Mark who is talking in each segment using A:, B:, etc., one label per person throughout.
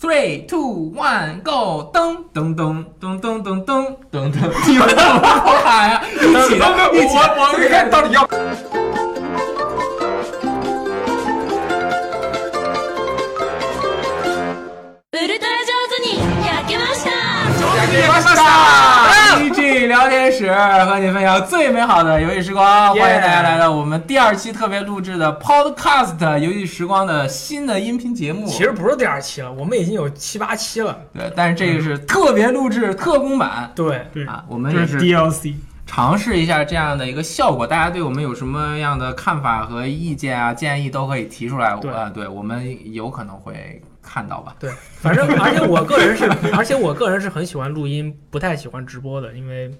A: Three, two, one, go！噔噔噔噔噔噔噔噔噔，你们怎么不喊呀？一起的，一起的。
B: 我我看到底要。
C: ウルトラ上手に焼けました
B: 啊
A: DG 聊天室和你分享最美好的游戏时光，欢
B: Yeah
A: 迎大家来到我们第二期特别录制的 Podcast 游戏时光的新的音频节目。
D: 其实不是第二期了，我们已经有七八期了。
A: 对，但是这个是特别录制特工版
D: 对，
E: 对，
A: 啊，我们
E: 这
A: 也
E: 是
A: 是
E: DLC，
A: 尝试一下这样的一个效果，大家对我们有什么样的看法和意见啊、建议都可以提出来。
D: 对
A: 呃，对我们有可能会看到吧。
D: 对，反正而且我个人是，而且我个人是很喜欢录音，不太喜欢直播的，因为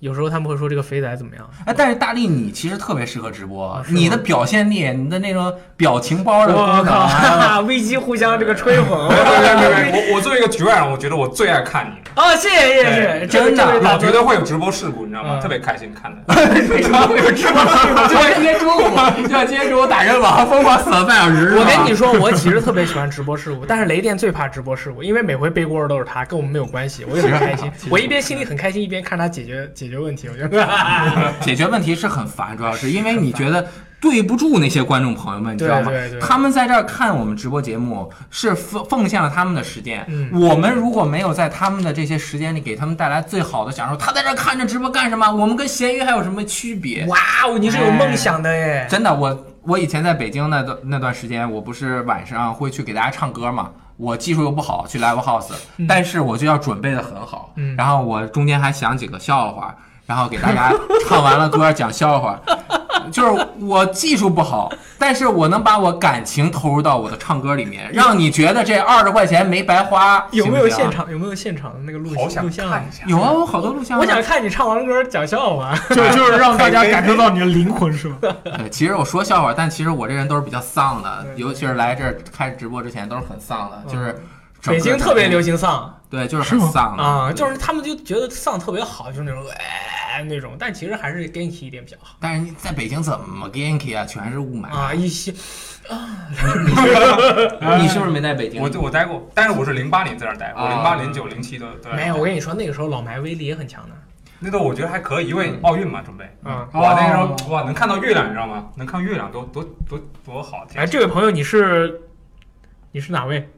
D: 有时候他们会说这个肥仔怎么样。
A: 哎，但是大力你其实特别适合直播
D: 啊，是吗
A: 你的表现力、你的那种表情包的功
D: 我靠，
A: 能，啊
D: 哈哈，危机互相这个吹捧。
B: 我我作为一个局外人，我觉得我最爱看你，
D: 哦，谢谢谢谢谢谢，
B: 对
D: 这
A: 真
D: 位
A: 的
D: 这位
B: 老
D: 大
B: 觉
D: 哥
B: 得会有直播事故，你知道吗？
D: 嗯
B: 特别开心看的。
A: 非常有直 播性。就像今天中午，就像今天中午打人王疯狂死了半小时。是
D: 我
A: 吧
D: 跟你说，我其实特别喜欢直播事故， 但是雷电最怕直播事故，因为每回背锅的都是他，跟我们没有关系，我就很开心。我一边心里很开心，一边看他解决解决问题，我觉 得。
B: 哎
A: 解决问题是很烦，主要是因为你觉得对不住那些观众朋友们，你知道吗
D: 对对？对
A: 他们在这儿看我们直播节目是奉奉献了他们的时间，
D: 嗯
A: 我们如果没有在他们的这些时间里给他们带来最好的享受，他在这儿看着直播干什么？我们跟咸鱼还有什么区别？
D: 哇哦，你是有梦想的
B: 哎
D: 耶！
A: 真的，我我以前在北京那段那段时间，我不是晚上会去给大家唱歌嘛。我技术又不好，去 live house，、但是我就要准备的很好。
D: 嗯
A: 然后我中间还想几个笑话，然后给大家唱完了歌讲笑话。 就是我技术不好，但是我能把我感情投入到我的唱歌里面，让你觉得这二十块钱没白花。
D: 有没有
A: 行
D: 现
A: 不行啊？
D: 场？有没有现场的那个录
B: 好想
D: 录像啊
B: 看一？下，
A: 有啊，我好多录像啊。
D: 我想看你唱完歌讲笑话。
E: 就就是让大家感受到你的灵魂，是 吗？
A: 对，其实我说笑话，但其实我这人都是比较丧的，
D: 对嗯
A: 尤其是来这儿开直播之前都是很丧的，就是整个
D: 北京特别流行丧
A: 对，就是很丧的
B: 嗯
D: 啊，
A: 对
D: 就是他们就觉得丧特别好，就是那种哎那种，但其实还是 ganky 一点比较好
A: 但是你在北京怎么 ganky 啊？全是雾霾。
D: 啊。
B: 嗯
D: 一些
A: 哎你是不是没在北京？
B: 我我待过，但是我是零八年在那儿待，我
A: 啊
B: 零八零九零七都都在那儿
D: 没有，我跟你说，那个时候老埋威力也很强的
B: 那个我觉得还可以，因
D: 嗯
B: 为奥运嘛，准备。
D: 啊。
B: 哇，那个时候哇，能看到月亮，你知道吗？能看月亮多多多多好！天
D: 哎，这位朋友，你是你是哪位？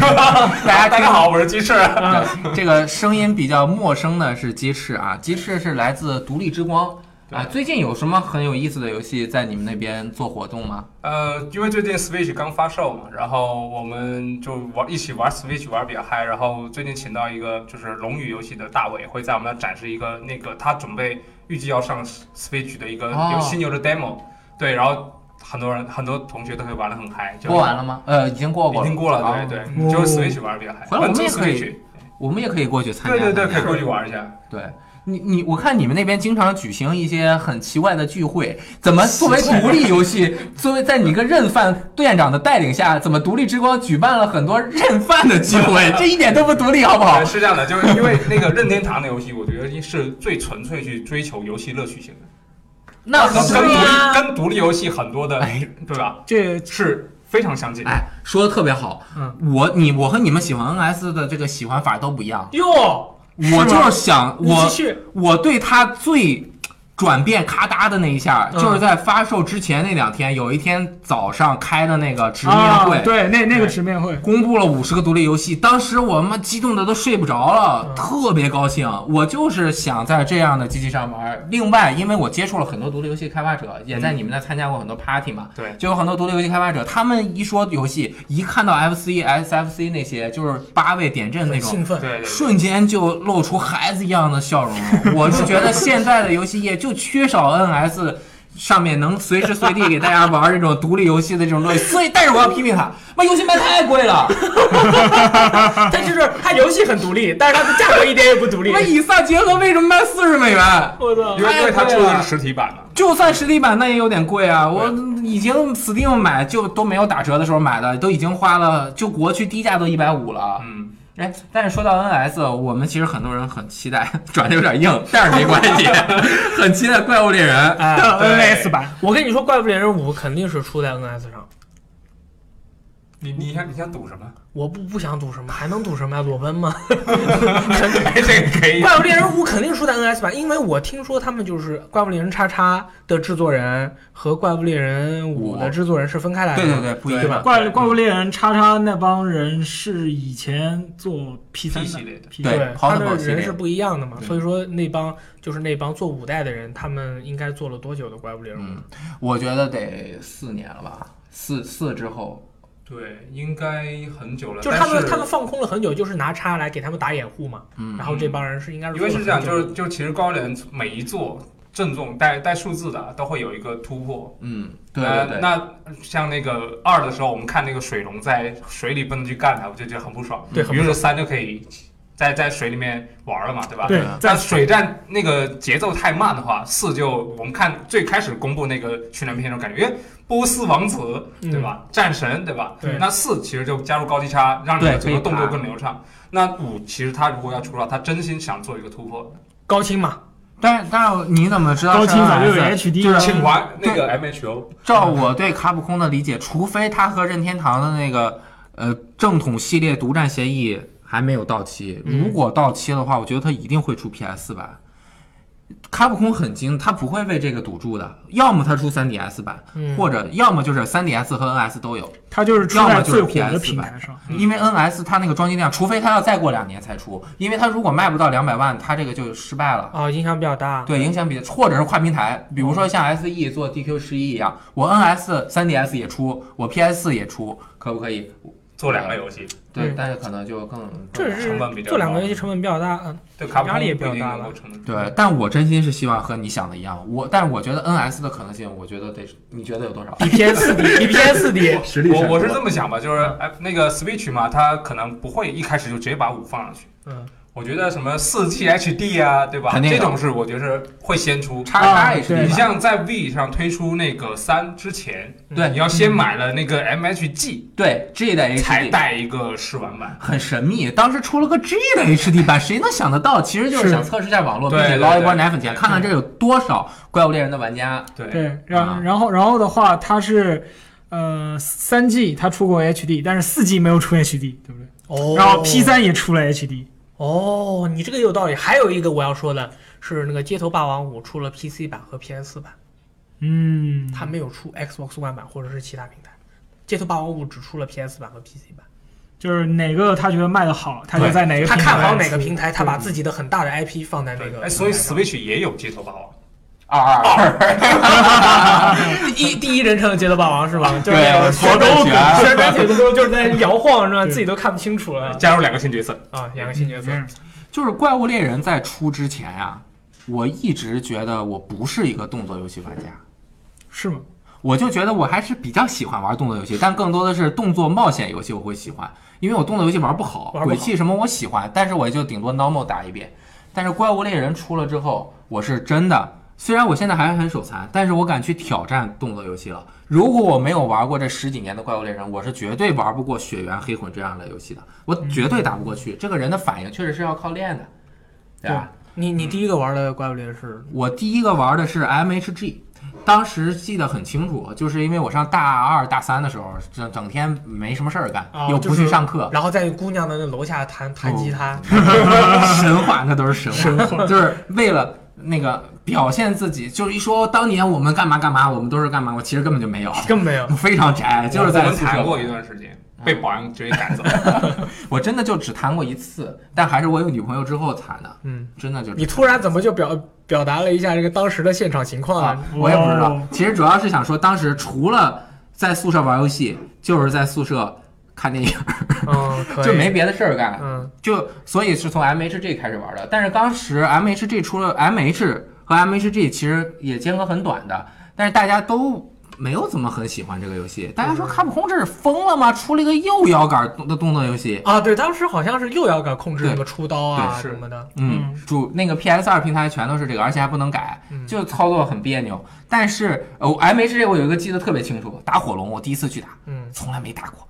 A: 大家
B: 大
A: 听
B: 家好，我是鸡翅。
D: 啊
A: 对这个声音比较陌生的是鸡翅啊，鸡翅是来自独立之光
B: 对
A: 啊。最近有什么很有意思的游戏在你们那边做活动吗？
B: 呃，因为最近 Switch 刚发售嘛，然后我们就玩一起玩 Switch 玩得比较嗨。然后最近请到一个就是龙语游戏的大伟，会在我们那展示一个那个他准备预计要上 Switch 的一个
A: 哦
B: 有新游的 demo、对，然后很多人很多同学都会玩得很嗨。就
A: 过完了吗？呃，已经过过
B: 已
A: 了，
B: 经过了，对
A: 啊。
B: 对，
D: 哦
B: 就是 Switch 玩得比较嗨。
A: 回来我们
B: 本
A: 也
B: 土
A: 可以
B: Switch
A: 我们也可以过去参加
B: 对
A: 参加。
B: 对对，可以过去玩一下。
A: 对你你，我看你们那边经常举行一些很奇怪的聚会，怎么作为独立游戏，作为在你一个任范队长的带领下，怎么独立之光举办了很多任范的聚会？这一点都不独立，好不 好
B: 呃，？是这样的，就是因为那个任天堂的游戏，我觉得是最纯粹去追求游戏乐趣性的，
A: 那
B: 跟
A: 是
B: 跟独
D: 吗
B: 立跟独立游戏很多的，
D: 哎
B: 对吧？
E: 啊
D: 这
B: 是非常相近。
A: 哎，说的特别好。
D: 嗯
A: 我你我和你们喜欢 NS 的这个喜欢法都不一样。
D: 哟，
A: 我就是想
D: 你
A: 我
D: 继续
A: 我对他最转变咔嗒的那一下，
D: 嗯
A: 就是在发售之前那两天，有一天早上开的那个直面
E: 啊，
A: 会。
E: 对，那那个直面会，
A: 公布了五十个独立游戏，当时我妈激动的都睡不着了，特别高兴。我就是想在这样的机器上玩。另外，因为我接触了很多独立游戏开发者，也在你们那参加过很多 party 嘛，
B: 对
A: 就有很多独立游戏开发者，他们一说游戏，一看到 FC、SFC 那些，就是八位点阵那种
D: 兴。奋
B: 对，对对，
A: 瞬间就露出孩子一样的笑容 了。我是觉得现在的游戏业就缺少 NS 上面能随时随地给大家玩这种独立游戏的这种乐趣， 所以但是我要批评他，妈游戏卖太贵了，
D: 但是它游戏很独立，但是它的价格一点也不独立
A: 妈。哎以萨结合为什么卖四十美 元？
D: 我操
B: 因！为因为它
A: 太贵
B: 出
A: 了
B: 的是实体版嘛。
A: 就算实体版那也有点贵啊！我已经 Steam 买就都没有打折的时候买的，都已经花了，就国区低价都一百五了。
B: 嗯，
A: 哎，但是说到 NS，我们其实很多人很期待， 转的有点硬，但是没关 系，很期待《怪物猎人》。
D: 哎
E: 的
B: 对
E: NS 版，
D: 我跟你说，《怪物猎人五》肯定是出在 NS 上，
B: 你你想你想赌什么？
D: 我不不想赌什么，还能赌什么呀？裸奔吗？
B: 这个可 以。
D: 怪物猎人五肯定输在 NS 版，因为我听说他们就是怪物猎人叉叉的制作人和怪物猎人五的制作人是分开来的。
A: 对对对，不一
B: 对
A: 样。
E: 怪怪物猎人叉叉那帮人是以前做 P 三
B: P 系列的
E: P
A: 对
E: 三
D: 对，
A: 跑
D: 他
A: 得跑
D: 的
A: 系列
D: 人是不一样的嘛，
A: 对
D: 所以说那帮就是那帮做五代的人，他们应该做了多久的怪物猎人五？
A: 嗯，我觉得得四年了吧，四四之后，
B: 对，应该很久了。
D: 就是他
B: 但
D: 们他们放空了很久，就是拿叉来给他们打掩护嘛。
A: 嗯
D: 然后这帮人是应该是
B: 因为是这样，
D: 做
B: 就
D: 了
B: 是就其实高人每一座正宗带带数字的都会有一个突破。
A: 嗯，对
B: 呃
A: 对对，
B: 那像那个二的时候，我们看那个水龙在水里不能去干它，我就觉得很不爽。
D: 对很不
B: 于是三就可以在在水里面玩了嘛，对吧？
A: 啊
E: 对，
B: 但
E: 在
B: 水战那个节奏太慢的话，四就我们看最开始公布那个宣传片的时候，感觉，哎，波斯王子
D: 嗯
B: 对吧？战神对吧？
D: 对
B: 那四其实就加入高低差，让你
A: 对
B: 的整个
A: 可以爬
B: 动作更流畅。那五其实他如果要出了，他真心想做一个突破，
D: 高清嘛，
A: 但是但是你怎么知道
E: 高
A: 是
E: 清早就有
A: NS？
E: HD 了，
B: 请玩那个 M H O。
A: 照我对卡普空的理解，除非他和任天堂的那个呃正统系列独占协议还没有到期，
D: 嗯
A: 如果到期的话，我觉得他一定会出 PS 版。卡普空很精，他不会为这个赌注的，要么他出 3DS 版，
D: 嗯
A: 或者要么就是 3DS 和 NS 都有，
E: 它就是出
A: 要
E: 在
A: 么就
E: 最
A: 是
E: 火的
A: PS
E: 平
A: 版
E: 台上。
A: 因为
D: 嗯
A: NS 它那个装机量，除非它要再过两年才出，因为它如果卖不到两百万，它这个就失败了。
D: 啊，影响比较大。
A: 对，影响比或者是跨平台，比如说像 SE 做 DQ 十一一样，我 NS、3DS 也出，我 PS 四也出，可不可以？
B: 做两个游戏，
A: 对，
D: 嗯
A: 但是可能就更
D: 这
A: 更
D: 是
B: 成本比较高
D: 做两个游戏成本比较大，嗯，
B: 对卡普
D: 压
B: 空
D: 力也比
B: 不
D: 较
B: 一定
D: 大
B: 能够
D: 了
B: 承得住。
A: 对，但我真心是希望和你想的一样，我但我觉得 NS 的可能性，我觉得得你觉得有多少？
D: 比 PS 低，比 PS 低。
A: 实
B: 我我是这么想吧，就是
D: 嗯
B: 哎，那个 Switch 嘛，它可能不会一开始就直接把五放上去。
D: 嗯，
B: 我觉得什么四 G HD 啊，对吧？
A: 肯定有
B: 这种是我觉得是会先出。
A: 叉叉也
E: 啊对
A: 是
B: 你
A: 一样，
B: 像在 V 上推出那个三之前，
D: 嗯
A: 对
B: 你要先买了那个 MHG，
A: 对 G 的
B: 才
A: HD
B: 带一个试玩版。
A: 很神秘，当时出了个 G 的 HD 版，谁能想得到？其实就是
E: 是
A: 想测试一下网络，并
B: 对
A: 且
B: 对
A: 捞一波
B: 对
A: 奶粉钱，
B: 对
A: 看看这有多少怪物猎人的玩家。
B: 对，
E: 对，
A: 啊
E: 然然后然后的话，它是呃三 G 它出过 HD，但是四 G 没有出 HD，对不对？
D: 哦，
E: 然后 P 三也出了 HD，
D: 哦，你这个有道理。还有一个我要说的是，那个《街头霸王五》出了 PC 版和 PS 版，
E: 嗯，
D: 它没有出 Xbox One 版或者是其他平台，《街头霸王五》只出了 PS 版和 PC 版。
E: 就是哪个他觉得卖的好，他就在哪个
D: 他
E: 平台
D: 看好哪
E: 出
D: 个平台，他把自己的很大的 IP 放在那个。
B: 哎，所以 Switch 也有街头霸王。
A: 二二
D: 一第一人称的《街头霸王》是吧？就是
A: 对
D: 那个
A: 旋转拳
D: 旋转旋转腿的时候就是在摇晃，是吧？
E: 对
D: 自己都看不清楚了
B: 加入两个新角色，
D: 啊！两个新角色，
E: 嗯
A: 就是怪物猎人在出之前啊，我一直觉得我不是一个动作游戏玩家，
E: 是吗？
A: 我就觉得我还是比较喜欢玩动作游戏，但更多的是动作冒险游戏我会喜欢，因为我动作游戏玩不好，
D: 玩不好
A: 鬼泣什么我喜欢，但是我就顶多 normal 打一遍。但是怪物猎人出了之后，我是真的，虽然我现在还很手残，但是我敢去挑战动作游戏了。如果我没有玩过这十几年的怪物猎人，我是绝对玩不过血缘黑魂这样的游戏的，我绝对打不过去。这个人的反应确实是要靠练的，对吧？
D: 你你第一个玩的怪物猎人是
A: 我第一个玩的是 MHG，当时记得很清楚，就是因为我上大二大三的时候，整整天没什么事儿干，
D: 啊
A: 又不
D: 就是
A: 去上课，
D: 然后在姑娘的那楼下弹弹吉他，
A: 神话那都是神话，就是为了那个表现自己，就是一说当年我们干嘛干嘛，我们都是干嘛，我其实根本就没有，
D: 根本没有。
A: 非常宅，就是
B: 我
A: 在
B: 们
A: 宿舍
B: 谈过一段时间，
A: 嗯
B: 被保安直接赶走。
A: 我真的就只谈过一次，但还是我有女朋友之后谈的，
D: 嗯，
A: 真的就
D: 你突然怎么就表表达了一下这个当时的现场情况
A: 啊
D: 啊？，
A: 我也不知道
E: 哦。
A: 其实主要是想说，当时除了在宿舍玩游戏，就是在宿舍看电影，
D: 嗯，可以
A: 就没别的事儿干。
D: 嗯
A: 就所以是从 MHG 开始玩的，但是当时 MHG 出了 MH 和 MHG 其实也间隔很短的，但是大家都没有怎么很喜欢这个游戏。大家
D: 嗯
A: 说卡普空这是疯了吗？出了一个右摇杆的动作游戏。
D: 啊，对，当时好像是右摇杆控制
A: 对
D: 那个出刀啊
B: 对是
D: 什么的，
A: 嗯，主那个 PS 二平台全都是这个，而且还不能改，就操作很别扭。但是呃，MHG 我有一个记得特别清楚，打火龙，我第一次去打，
D: 嗯，
A: 从来没打过。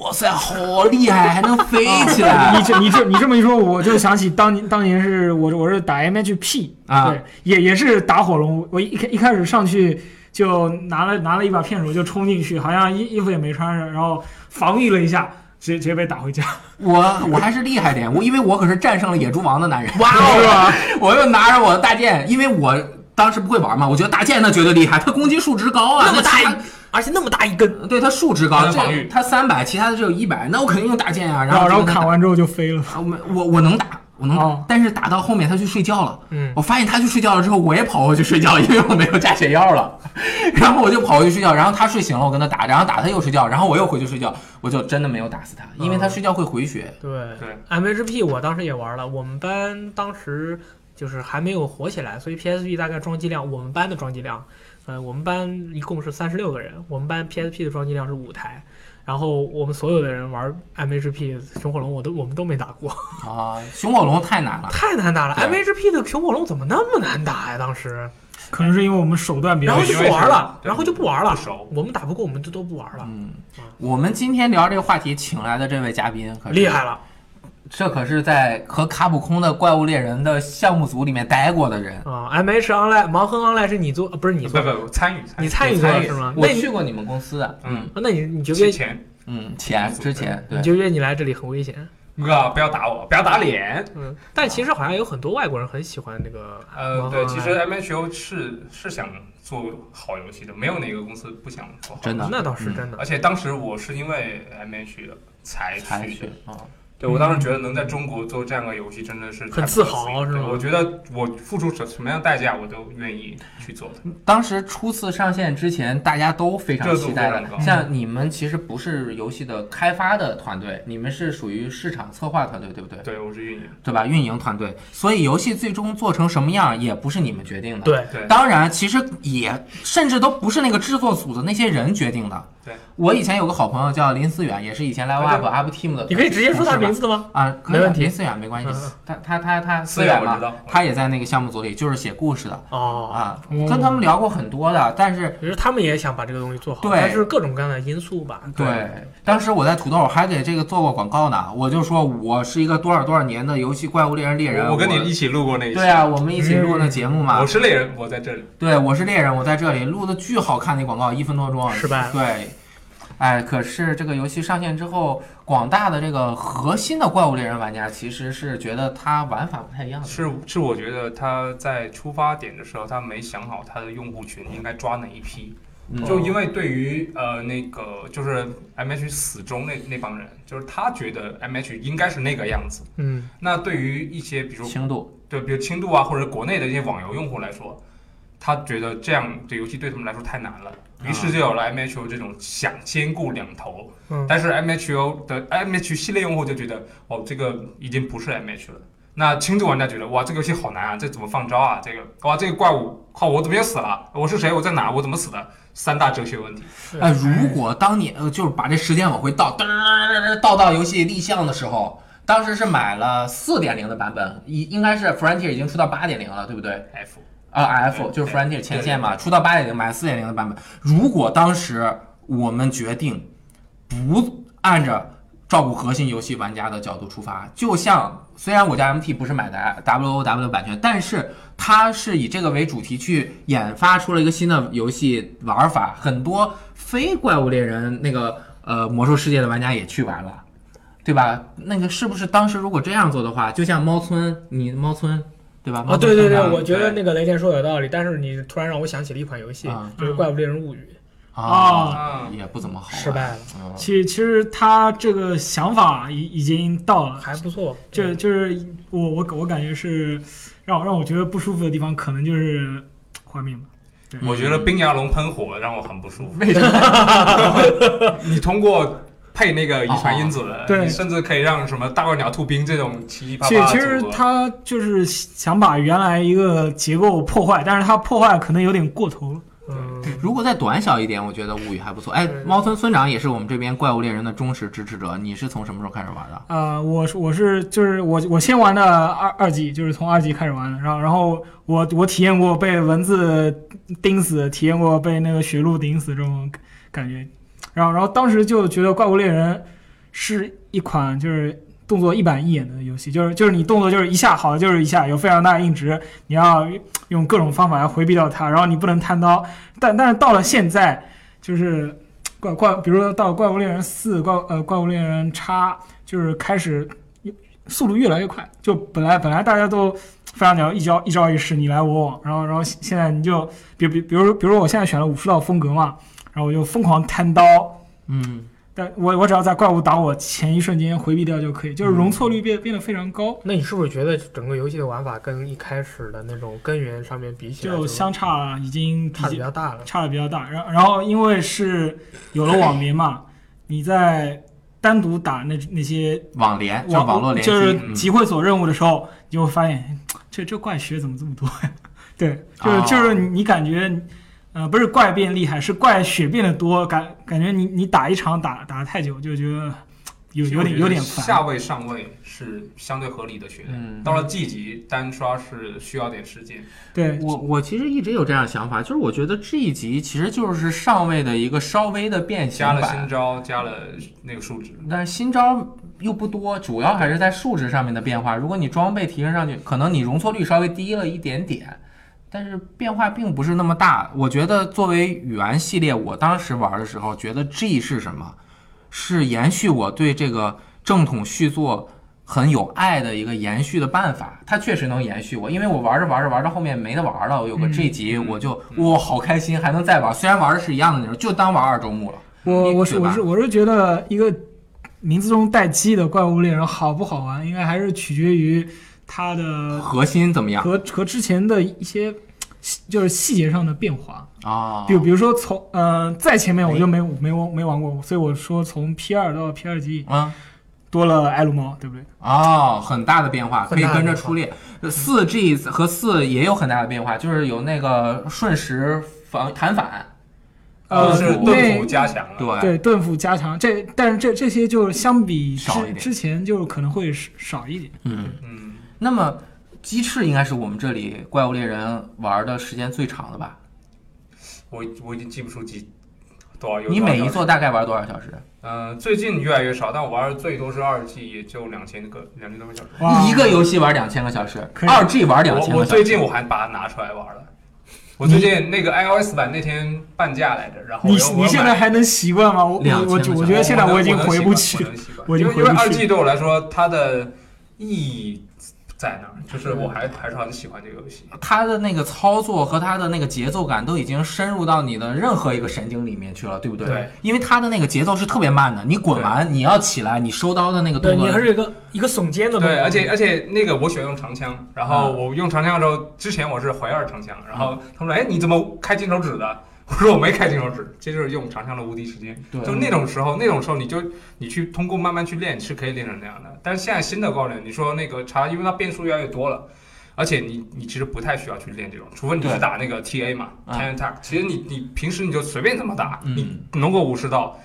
A: 哇塞，好厉害，还能飞起来
E: 你！这你这你这么一说，我就想起当年当年是我我是打 MHP
A: 啊
E: 对，也也是打火龙，我一开一开始上去就拿了拿了一把片手就冲进去，好像衣衣服也没穿上，然后防御了一下，直接直接被打回家。
A: 我我还是厉害点，我因为我可是战胜了野猪王的男人，
D: 哇
E: 是
D: 哦！
E: 吧？
A: 我又拿着我的大剑，因为我当时不会玩嘛，我觉得大剑那绝对厉害，它攻击数值高啊，
D: 那么大
A: 那其他
D: 一，而且那么大一根，
A: 对它数值
B: 它
A: 高，
B: 能
A: 这
B: 防御
A: 它三百，其他的只有一百，那我肯定用大剑啊。
E: 然
A: 后
E: 后
A: 然
E: 然后砍，完之后就飞了。
A: 啊我们我我能打，我能打，
E: 哦
A: 但是打到后面他去睡觉了。
D: 嗯，
A: 我发现他去睡觉了之后，我也跑回去睡觉，因为我没有加血药了。 然后我就跑回去睡觉，然后他睡醒了，我跟他打，然后打他又睡觉，然后我又回去睡觉，我就真的没有打死他，因
D: 嗯
A: 为他睡觉会回血。
D: 对
B: 对
D: MHP 我当时也玩了，我们班当时就是还没有火起来，所以 PSP 大概装机量，我们班的装机量，呃，我们班一共是三十六个人，我们班 PSP 的装机量是五台。然后我们所有的人玩 MHP 熊火龙，我都我们都没打过，
A: 啊，熊火龙太难了。
D: 太难打了。
A: 对
D: MHP 的熊火龙怎么那么难打呀？当时，
E: 可能是因为我们手段比
D: 然
E: 较
D: 后
B: 因
D: 就
B: 为
D: 不玩
B: 是
D: 了，
B: 对
D: 然后就不玩了
B: 不熟。
D: 我们打不过，我们就都不玩了，
A: 嗯，我们今天聊这个话题，请来的这位嘉宾
B: 嗯
A: 可是
D: 厉害，了。
A: 这可是在和卡普空的怪物猎人的项目组里面待过的人。
D: 啊、m h Online 盲亨 Online 是你做，呃不是 你
B: 不
D: 做，
B: 不不，参与参与
D: 你参与过
A: 参与
D: 是吗？
A: 我
D: 啊那你
A: 去过你们公司的，
B: 嗯，
D: 那你你就
B: 之
D: 约
B: 前
A: 嗯，前之前
D: 你
A: 对，
D: 就约你来这里很危险。
B: 哥不要打我，不要打脸。
D: 嗯，但其实好像有很多外国人很喜欢那个
B: 呃，
D: 盲
B: 对，
D: 盒
B: 其实
D: Online
B: M H O 是是想做好游戏的，没有哪个公司不想做好。
A: 真的嗯
D: 那倒是真的
B: 而。且当时我是因为 M H 才
A: 才
B: 去
A: 去
B: 的，
A: 啊。
B: 对我当时觉得能在中国做这样的游戏真的是
D: 很
B: 太不可
D: 自豪
B: 思议
D: 是
B: 了
D: 吗
B: 我觉得我付出什什么样的代价我都愿意去做的。
A: 当时初次上线之前，大家都非常期待
B: 热度非常
A: 的。
B: 高
A: 像你们其实不是游戏的开发的团队，你们是属于市场策划团队，对不对？
B: 对，我是运营。
A: 对吧？运营团队，所以游戏最终做成什么样也不是你们决定的。
D: 对，
B: 对，
A: 当然，其实也甚至都不是那个制作组的那些人决定的。
B: 对，
A: 我以前有个好朋友叫林思远，也是以前 Live Up
B: 对
A: Up Team 的同事吧，
D: 你可以直接说他名字的吗？
A: 啊，可以
D: 没
A: 啊
D: 问题
A: 林思远没关系
D: 嗯嗯，
A: 他他他他
B: 思
A: 思
B: 远
A: 远
B: 我知道
A: 嘛，他也在那个项目组里，就是写故事的
D: 哦，
A: 啊，
E: 哦
A: 跟他们聊过很多的，但是
D: 其实他们也想把这个东西做好，
A: 对
D: 但是各种各样的因素吧。嗯
A: 对，当时我在土豆还给这个做过广告呢，我就说我是一个多少多少年的游戏怪物猎人猎人，我
B: 我我跟你一起录嗯过那一期。
A: 对啊，我们一起录那节目嘛
B: 我，是猎人，我在这里。
A: 对，我是猎人，我在这里录的巨好看那广告，一分多钟，
D: 失败了
A: 对。哎，可是这个游戏上线之后，广大的这个核心的怪物猎人玩家其实是觉得它玩法不太一样的。
B: 是是，我觉得他在出发点的时候，他没想好他的用户群应该抓哪一批。
A: 嗯
B: 就因为对于呃那个就是 M H 死忠那那帮人，就是他觉得 M H 应该是那个样子。
D: 嗯，
B: 那对于一些比如
A: 轻度，
B: 对比如轻度啊或者国内的一些网游用户来说，他觉得这样的游戏对他们来说太难了，于是就有了 M H O 这种想兼顾两头。
D: 嗯
B: 但是 M H O 的 M H 系列用户就觉得哦这个已经不是 M H 了。那轻度玩家觉得哇，这个游戏好难啊，这怎么放招啊？这个哇，这个怪物，靠，我怎么又死了？我是谁？我在哪？我怎么死的？三大哲学问题。
D: 对
A: 哎，如果当年呃，就是把这时间往回倒，嘚儿倒到游戏立项的时候，当时是买了四点零的版本，应应该是 Frontier 已经出到八点零了，对不对？
B: F
A: 啊，F
B: 对
A: 就是
B: 对
A: Frontier 前线嘛，出到八点零，买四点零的版本。如果当时我们决定不按着照顾核心游戏玩家的角度出发，就像虽然我家 MT 不是买的 WOW 版权，但是它是以这个为主题去研发出了一个新的游戏玩法，很多非怪物猎人那个呃魔兽世界的玩家也去玩了。对吧？那个是不是当时如果这样做的话，就像猫村，你猫村，对吧？
D: 啊，对对
A: 猫
D: 对，
A: 村上
D: 我觉得那个雷电说有道理，但是你突然让我想起了一款游戏
A: 啊，
D: 就是《怪物猎人物语
A: 啊，
B: 啊，
A: 也不怎么好》，玩，
D: 失败了，
A: 嗯
E: 其其实他这个想法已已经到了，
D: 还不错。
E: 就就是我我我感觉是让我让我觉得不舒服的地方，可能就是画面吧。
A: 哎
B: 我觉得冰牙龙喷火让我很不舒服。为什么？ 你通过配那个遗传因子，
E: 对
B: 你甚至可以让什么大怪鸟吐冰这种奇奇葩
E: 其实其
B: 葩的
E: 实
B: 组合。
E: 他就是想把原来一个结构破坏，但是他破坏可能有点过头了。
D: 嗯，
A: 如果再短小一点，我觉得物语还不错。哎
D: 对，
A: 猫村村长也是我们这边怪物猎人的忠实支持者。你是从什么时候开始玩的？
E: 呃，我是我是就是我我先玩的二二级，就是从二级开始玩的，然后然后我我体验过被蚊子叮死，体验过被那个血路顶死这种感感觉，然后然后当时就觉得《怪物猎人》是一款就是动作一板一眼的游戏，就是就是你动作就是一下好就是一下，有非常大的硬直，你要用各种方法来回避掉它，然后你不能贪刀，但但是到了现在就是。怪怪，比如说到怪物猎人四、怪呃怪物猎人叉，就是开始速度越来越快，就本来本来大家都非常讲一招一招一式，你来我往，然后然后现现在你就比比比如说比如说我现在选了武士道风格嘛，然后我就疯狂贪刀，
A: 嗯，
E: 但我我只要在怪物打我前一瞬间回避掉就可以，就是容错率变变得非常高，
D: 那你是不是觉得整个游戏的玩法跟一开始的那种根源上面比起来，
E: 就相差已经比
D: 差
E: 较
D: 的比较大了？
E: 差的比较大。然然后因为是有了网联嘛，你在单独打那那些
A: 网联就是
E: 网
A: 哎网络联机，
E: 就是
A: 嗯
E: 集会所任务的时候，你就会发现 这这怪学怎么这么多 呀？对，就是、
A: 哦
E: 就是你感觉。呃，不是怪变厉害，是怪血变得多，感感觉你你打一场打打得太久，就觉得有有点有点
B: 下
E: 烦。
B: 位上位是相对合理的学的，
A: 嗯
B: 到了 G 级单刷是需要点时间。
E: 对，
A: 我我其实一直有这样的想法，就是我觉得这一集其实就是上位的一个稍微的变形
B: 加了新
A: 版，
B: 招，加了那个数值，
A: 但是新招又不多，主要还是在数值上面的变化。如果你装备提升上去，可能你容错率稍微低了一点点，但是变化并不是那么大。我觉得作为语言系列，我当时玩的时候觉得 G 是什么？是延续我对这个正统续作很有爱的一个延续的办法，它确实能延续我，因为我玩着玩着玩到后面没得玩了，我有个
E: 嗯
A: G 级，我就哇好开心，还能再玩，虽然玩的是一样的内容，就当玩二周目了。
E: 我我是
A: 对吧
E: 我是我是觉得一个名字中带“鸡”的怪物猎人好不好玩，应该还是取决于它的
A: 核心怎么样
E: 和和之前的一些细就是细节上的变化。
A: 啊？
E: 比如比如说从呃再前面我就没没玩没玩过，所以我说从 P 二到 P 二 G
A: 啊
E: 多了艾鲁猫，对不对？
A: 哦，很大的变化，可
D: 很
A: 以
D: 大的
A: 跟着
D: 变化
A: 出列。四 G 和四也有很大的变化，就是有那个瞬时防弹反，
E: 呃
B: 哦就是
E: 对
B: 盾斧加强了。
A: 对，
E: 对盾斧加强，这但是这这些就相比之
A: 少一点
E: 之前就可能会少一点。
A: 嗯。
B: 嗯，
A: 那么鸡翅应该是我们这里怪物猎人玩的时间最长的吧？
B: 我我已经记不出几多少有
A: 你
B: 多少
A: 每一
B: 小时
A: 座大概玩多少小时？
B: 呃，最近越来越少，但我玩的最多是二 G，也就两千个两千多个小时。
E: 哇
A: 一个游戏玩两千个小时，
E: 可以
A: 二 G 玩两千
B: 我我
A: 个小时。
B: 最近我还把它拿出来玩了。我最近那个 iOS 版那天半价来着，然后
E: 你
B: 我又我
E: 你
B: 又
E: 现
B: 买
E: 在还能习惯吗？我我
A: 2000
E: 我
A: 的
E: 我
A: 小
E: 觉得现在
B: 我
E: 我已经
B: 能
E: 回
B: 习
E: 不
B: 惯
E: 去
B: 我。能习惯
E: 我已经
B: 因为
E: 回
B: 因为
E: 不
B: 二
E: 去
B: G 对我来说它的意义在哪儿？就是我还还是很喜欢这个游戏。
A: 它的那个操作和它的那个节奏感都已经深入到你的任何一个神经里面去了，对不对？
B: 对，
A: 因为它的那个节奏是特别慢的，你滚完你要起来，你收刀的那个
D: 对
A: 动作
D: 你还是有一个一个耸肩的动作
B: 对，而且而且那个我喜欢用长枪，然
E: 啊
B: 后我用长枪的时候，之前我是怀二长枪，然后他们说，哎，你怎么开金手指的？我说我没开金手指，这就是用长枪的无敌时间。
A: 对
B: 就那种时候，那种时候你就你去通过慢慢去练是可以练成那样的。但是现在新的高人，你说那个查，因为它变数越来越多了。而且你你其实不太需要去练这种，除非你去
A: 对
B: 打那个 TA 嘛
A: 嗯
B: t a n Attack。其实你你平时你就随便怎么打，
A: 嗯
B: 你能够五十到，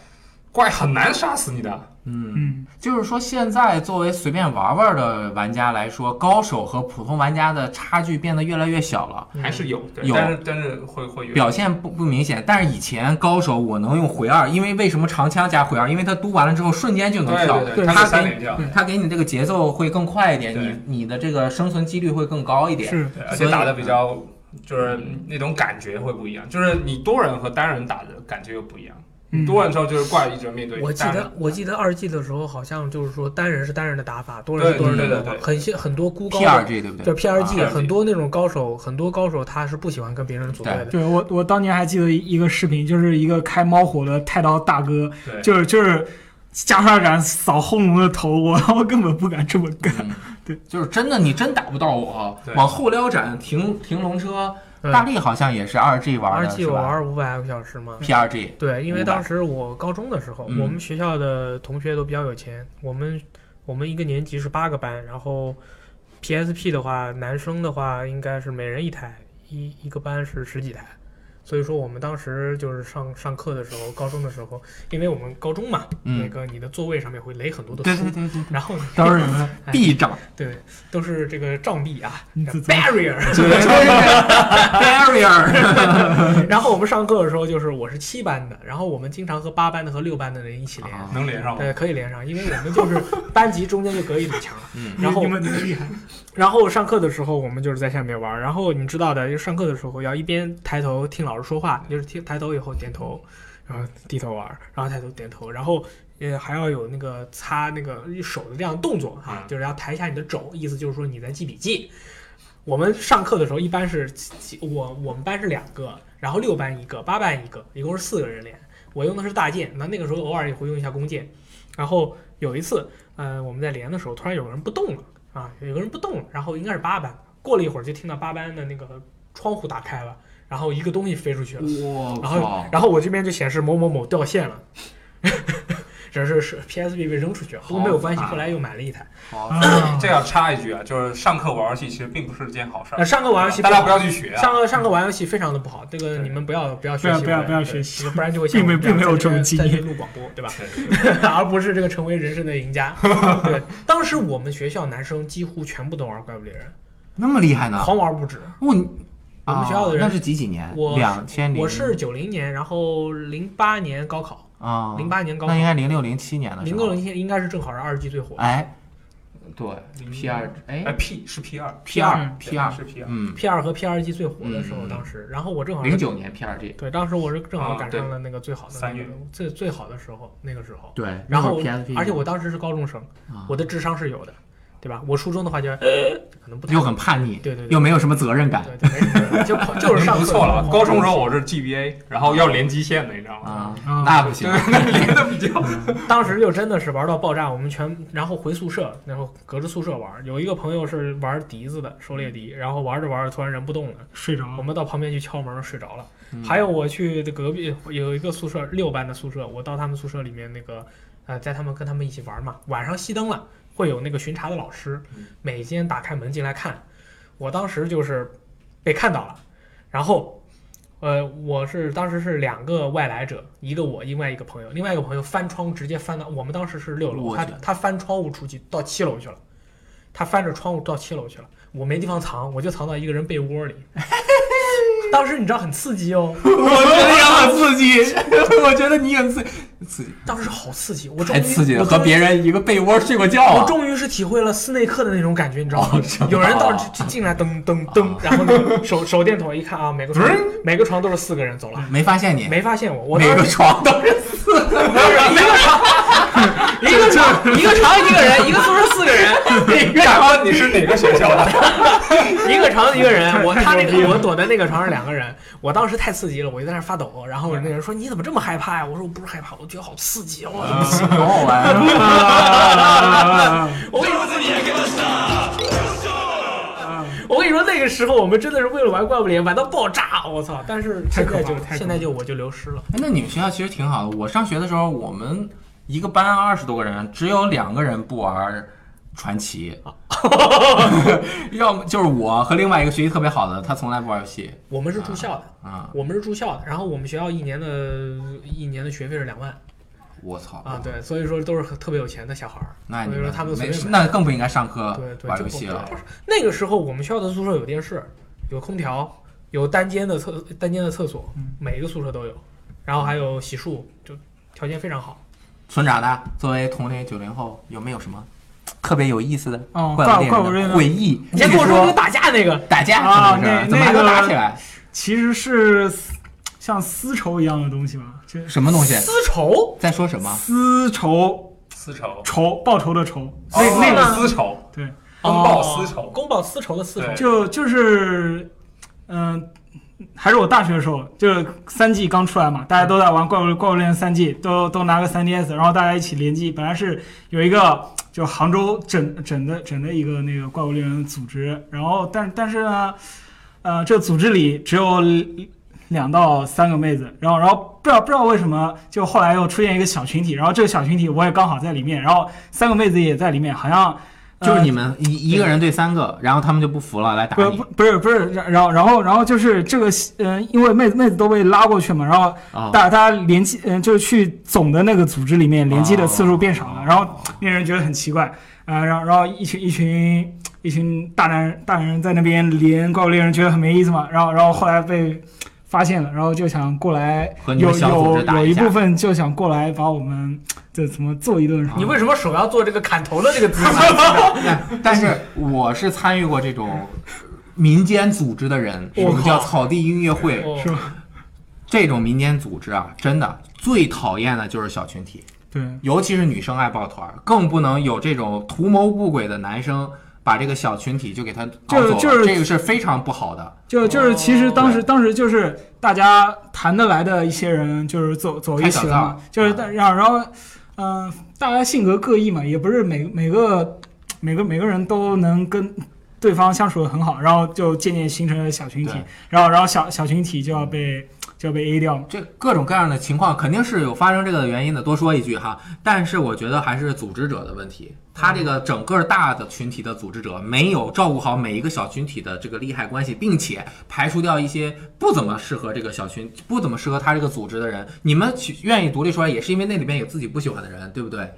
B: 怪很难杀死你的。
E: 嗯，
A: 就是说，现在作为随便玩玩的玩家来说，高手和普通玩家的差距变得越来越小了，
B: 还是有，对
A: 嗯有
B: 但是但是会会有
A: 表现不不明显。但是以前高手我能用回二，因为为什么长枪加回二？因为他嘟完了之后瞬间就能
B: 对
A: 跳，
B: 对
E: 对
B: 对，它
A: 他
B: 是三
A: 给
B: 连跳，
A: 他给你这个节奏会更快一点，
B: 对
A: 你你的这个生存几率会更高一点。
E: 是
B: 对而
A: 所
B: 且
A: 以嗯
B: 打的比较就是那种感觉会不一样，就是你多人和单人打的感觉又不一样。
E: 嗯
B: 多人之后就是怪一直面对，
D: 我记
B: 单人
D: 得我记得二 G 的时候，好像就是说单人是单人的打法，多人
B: 对
D: 是多人的
B: 对
D: 打
B: 对
D: 法
B: 对，对
D: 很些很多孤高
A: P 二 G 对不对？
D: 就 P R G
B: 啊
D: 很多那种高手，很多高手他是不喜欢跟别人组队的。
E: 对我，我当年还记得一个视频，就是一个开猫火的太刀大哥，
B: 对，
E: 就是就是加刷斩扫轰龙的头，我我根本不敢这么干。
A: 嗯
E: 对，
A: 就是真的，你真打不到我啊
B: 对。
A: 往后撩斩，停停龙车，
D: 嗯
A: 大力好像也是二 G 玩
D: 二
A: 的
D: G
A: 是
D: 我
A: 吧
D: 玩五百个小时嘛。
A: ？P 二 G
D: 对，因为
A: 500
D: 当时我高中的时候，
A: 嗯
D: 我们学校的同学都比较有钱，我们我们一个年级是八个班，然后 P S P 的话，男生的话应该是每人一台，一一个班是十几台。所以说，我们当时就是上上课的时候，高中的时候，因为我们高中嘛，
A: 嗯
D: 那个你的座位上面会垒很多的
A: 对
D: 书，
A: 对对对
D: 然后呢
E: 当 然了，
D: 哎
A: 臂 杖
D: 对，都是这个障壁啊
E: 你自己
D: ，barrier，
A: 对对对 barrier，
D: 然后我们上课的时候，就是我是七班的，然后我们经常和八班的和六班的人一起连，
A: 啊
B: 能连上吗？
D: 对，可以连上，因为我们就是 班级中间就隔一堵墙，
A: 嗯
D: 然后
E: 你们你们厉害，
D: 然后上课的时候我们就是在下面玩，然后你知道的，就上课的时候要一边抬头听老师说话，就是听抬头以后点头，然然后低头玩，然后抬头点头，然后呃还要有那个擦那个手的这样的动作啊，
B: 嗯
D: 就是要抬一下你的肘，意思就是说你在记笔记。我们上课的时候一般是七我我们班是两个，然后六班一个，八班一个，一共是四个人连。我用的是大剑，那那个时候偶尔也会用一下弓箭。然后有一次，呃，我们在连的时候，突然有个人不动了啊，有个人不动了，然后应该是八班。过了一会儿，就听到八班的那个窗户打开了，然后一个东西飞出去了。
A: 我
D: 然后
A: 靠，
D: 然后我这边就显示某某某掉线了， 这是是 PSB 被扔出去了，不过没有关系，
A: 好惨
D: 后来又买了一台。
A: 好，
E: 啊
B: 这要插一句啊，就是上课玩游戏其实并不是件好事
D: 那
B: 儿，
D: 上课玩游戏
B: 大家不
D: 要
B: 要去学啊
D: 上。课上课玩游戏非常的不好，这个你们不要不要学习，
E: 不要不要
D: 对
E: 不要学习
D: 这个不然就会像
E: 并没
D: 我们样
E: 并没有这种
D: 在
E: 经
D: 在
E: 验
D: 这录广播，对吧？ 而不是这个成为人生的赢家。 对，当时我们学校男生几乎全部都玩怪物猎人，
A: 那么厉害呢？
D: 狂玩不止。
A: 我你
D: 我们
A: 啊
D: 学校的人
A: 那是几几年？
D: 我
A: 两千零
D: 我是九零年，然后零八年高考，
A: 啊，
D: 零八年高考
A: 那，应该零六零七年的时
D: 零
A: 候
D: 六零七应该是正好是二 G 最火
A: 哎，对，P 二
B: 哎
A: 哎
B: ，P 是 P 二
A: ，P 二
E: 嗯
A: P 二，
B: 是 P 二，
A: 嗯，
D: P 二和 P 二 G 最火的时候，
A: 嗯
D: 当时，然后我正好是
A: 零九哦年 P 二 G，
D: 对，当时我是正好赶上
B: 啊
D: 了那个最好的那
B: 三
D: 个
B: 月
D: 最最好的时候，那个时候，
A: 对，
D: 然
A: 那
D: 后
A: 会儿 PSP，
D: 而且我当时是高中生，
A: 啊
D: 我的智商是有的，对吧？我初中的话就是 呃可能不太
A: 又很叛逆，
D: 对对对
A: 又没有什么责任感
D: 对对没什么就 跑就是上
B: 不
D: 课
B: 错了。
D: 狂
B: 高中时候我是 GBA，然后要连基线的，你知道吗？
A: 啊，
E: 啊
A: 那不行，
B: 连的比较
D: 当时就真的是玩到爆炸，我们全然后回宿舍，然后隔着宿舍玩。有一个朋友是玩笛子的，狩猎笛，然后玩着玩着突然人不动了，
E: 睡着
D: 我
E: 了，
D: 们到旁边去敲门睡着了。还有我去的隔壁有一个宿舍六班的宿舍，我到他们宿舍里面那个呃，在他们跟他们一起玩嘛，晚上熄灯了会有那个巡查的老师
B: 嗯，
D: 每间打开门进来看，我当时就是被看到了，然后。呃，我是当时是两个外来者，一个我，另外一个朋友，另外一个朋友翻窗直接翻到我们当时是六楼，
A: 我
D: 他
A: 去
D: 他翻窗户出去到七楼去了，他翻着窗户到七楼去了，我没地方藏，我就藏到一个人被窝 里，当时你知道很刺激哦，
A: 我觉得也很刺激， 我觉得你很刺刺激，
D: 当时好刺激，我终于
A: 太刺激了，
D: 我终
A: 和
D: 于
A: 别人一个被窝睡过觉
D: 我
A: 啊，
D: 终于是体会了斯内克的那种感觉，你知道吗
A: 哦是吗？
D: 有人到这这进来噔噔噔
A: 啊，
D: 然后那个手手电筒一看啊，每个床每个床都是四个人走了，
A: 没发现你，
D: 没发现我，我
A: 每
D: 当
A: 个
D: 时
A: 床都是
D: 不是 一个床一个 床一个床一个人，一个宿舍四个人，
A: 每个
B: 大
A: 床
B: 哎哥，你是哪个学校的？
D: 一个床一个人，我
E: 太
D: 他那
E: 牛逼
D: 个
E: 了
D: 我躲在那个床上两个人，我当时太刺激了，我就在那儿发抖，然后那个人说你怎么这么害怕呀？我说我不是害怕，我觉得好刺激，哦我怎么
A: 挺好玩，
E: 啊
D: 我跟你说，我跟你说，那个时候我们真的是为了玩怪物猎人玩到爆炸，我操！但是
E: 太
D: 现
E: 可怕
D: 在
E: 了
D: 就
E: 太可怕了
D: 现在就我就流失了，
A: 哎，那你们学校其实挺好的。我上学的时候，我们一个班二十多个人，只有两个人不玩传 奇，要么就是我和另外一个学习特别好的，他从来不玩游戏
D: 我们是住校的。
A: 啊。
D: 我们是住校的，然后我们学校一年的一年的学费是两万
A: 我操
D: 啊，，对，所以说都是很特别有钱的小孩儿。
A: 那
D: 所
A: 你
D: 以说他们
A: 没
D: 随便买，
A: 那更不应该上课
D: 对对，
A: 玩
D: 就
A: 游戏了
D: 不是那个时候我们学校的宿舍有电视，有空调，有单间的厕单间的厕所，每一个宿舍都有，然后还有洗漱，就条件非常好。
A: 村长呢？作为同龄九零后，有没有什么特别有意思的
E: 哦
A: 怪物猎
E: 怪物猎
A: 人
E: 人
A: 的
E: 呢
A: 回忆？
D: 你先
A: 比
D: 跟
A: 如
D: 我说那个打架那个，
A: 打架
E: 啊
A: 什么事？
E: 那
A: 怎么还
E: 那
A: 能
E: 个
A: 打起来？
E: 其实是丝像丝绸一样的东西吧，这
A: 什么东西？
D: 丝绸，
A: 在说什么？
E: 丝绸
B: 丝绸，
E: 绸报仇的仇，
B: 那
D: 那个哦
B: 丝绸，
E: 对，
B: 宫爆丝绸
D: 宫保丝绸的丝
B: 对
D: 绸，
E: 就就是，嗯、还是我大学的时候，就是三 G 刚出来嘛，大家都在玩怪物怪物猎人三 G，都都拿个三 DS，然后大家一起联机。本来是有一个就杭州整整的整的一个那个怪物猎人组织，然后但但是呢，呃，这组织里只有两到三个妹子，然后然后不知道不知道为什么，就后来又出现一个小群体，然后这个小群体我也刚好在里面，然后三个妹子也在里面，好像。呃
A: 就是你们一一个人对三个，然后他们就不服了，来打
E: 不
A: 你
E: 不不是不是，然后然后然后就是这个呃，因为妹子妹子都被拉过去嘛，然后
A: 啊！
E: 大大家联机，嗯、就是去总的那个组织里面联
A: 啊
E: 机的次数变少了，然后那人觉得很奇怪，啊、然后然后一群一群一群大男人大男人在那边连怪物猎人，觉得很没意思嘛，然后然后后来被发现了，然后就想过来，
A: 和
E: 有
A: 你们小组
E: 有
A: 织打
E: 有
A: 一
E: 一
A: 架
E: 部分就想过来把我们这怎么做一顿什
D: 你
E: 么，
D: 为什么手要做这个砍头的这个 姿势？
A: 但但是我是参与过这种民间组织的人，什
D: 我靠
A: 么叫草地音乐会？
D: 哦
E: 是吧？
A: 这种民间组织啊，真的最讨厌的就是小群体，
E: 对，
A: 尤其是女生爱抱团儿，更不能有这种图谋不轨的男生把这个小群体就给他搞走了，
E: 就是
A: 这个是非常不好的。
E: 就就是其实当时当时就是大家谈得来的一些人，就是走走一起了嘛，
A: 开
E: 就
A: 小灶
E: 是但然后然后嗯、呃大家性格各异嘛，也不是每每个每个每个人都能跟。对方相处的很好，然后就渐渐形成了小群体
A: 对，
E: 然后然后小小群体就要被就要被 A 掉嘛。
A: 这各种各样的情况肯定是有发生这个的原因的。多说一句哈，但是我觉得还是组织者的问题，他这个整个大的群体的组织者没有照顾好每一个小群体的这个利害关系，并且排除掉一些不怎么适合这个小群、不怎么适合他这个组织的人。你们去愿意独立出来，也是因为那里面有自己不喜欢的人，对不对？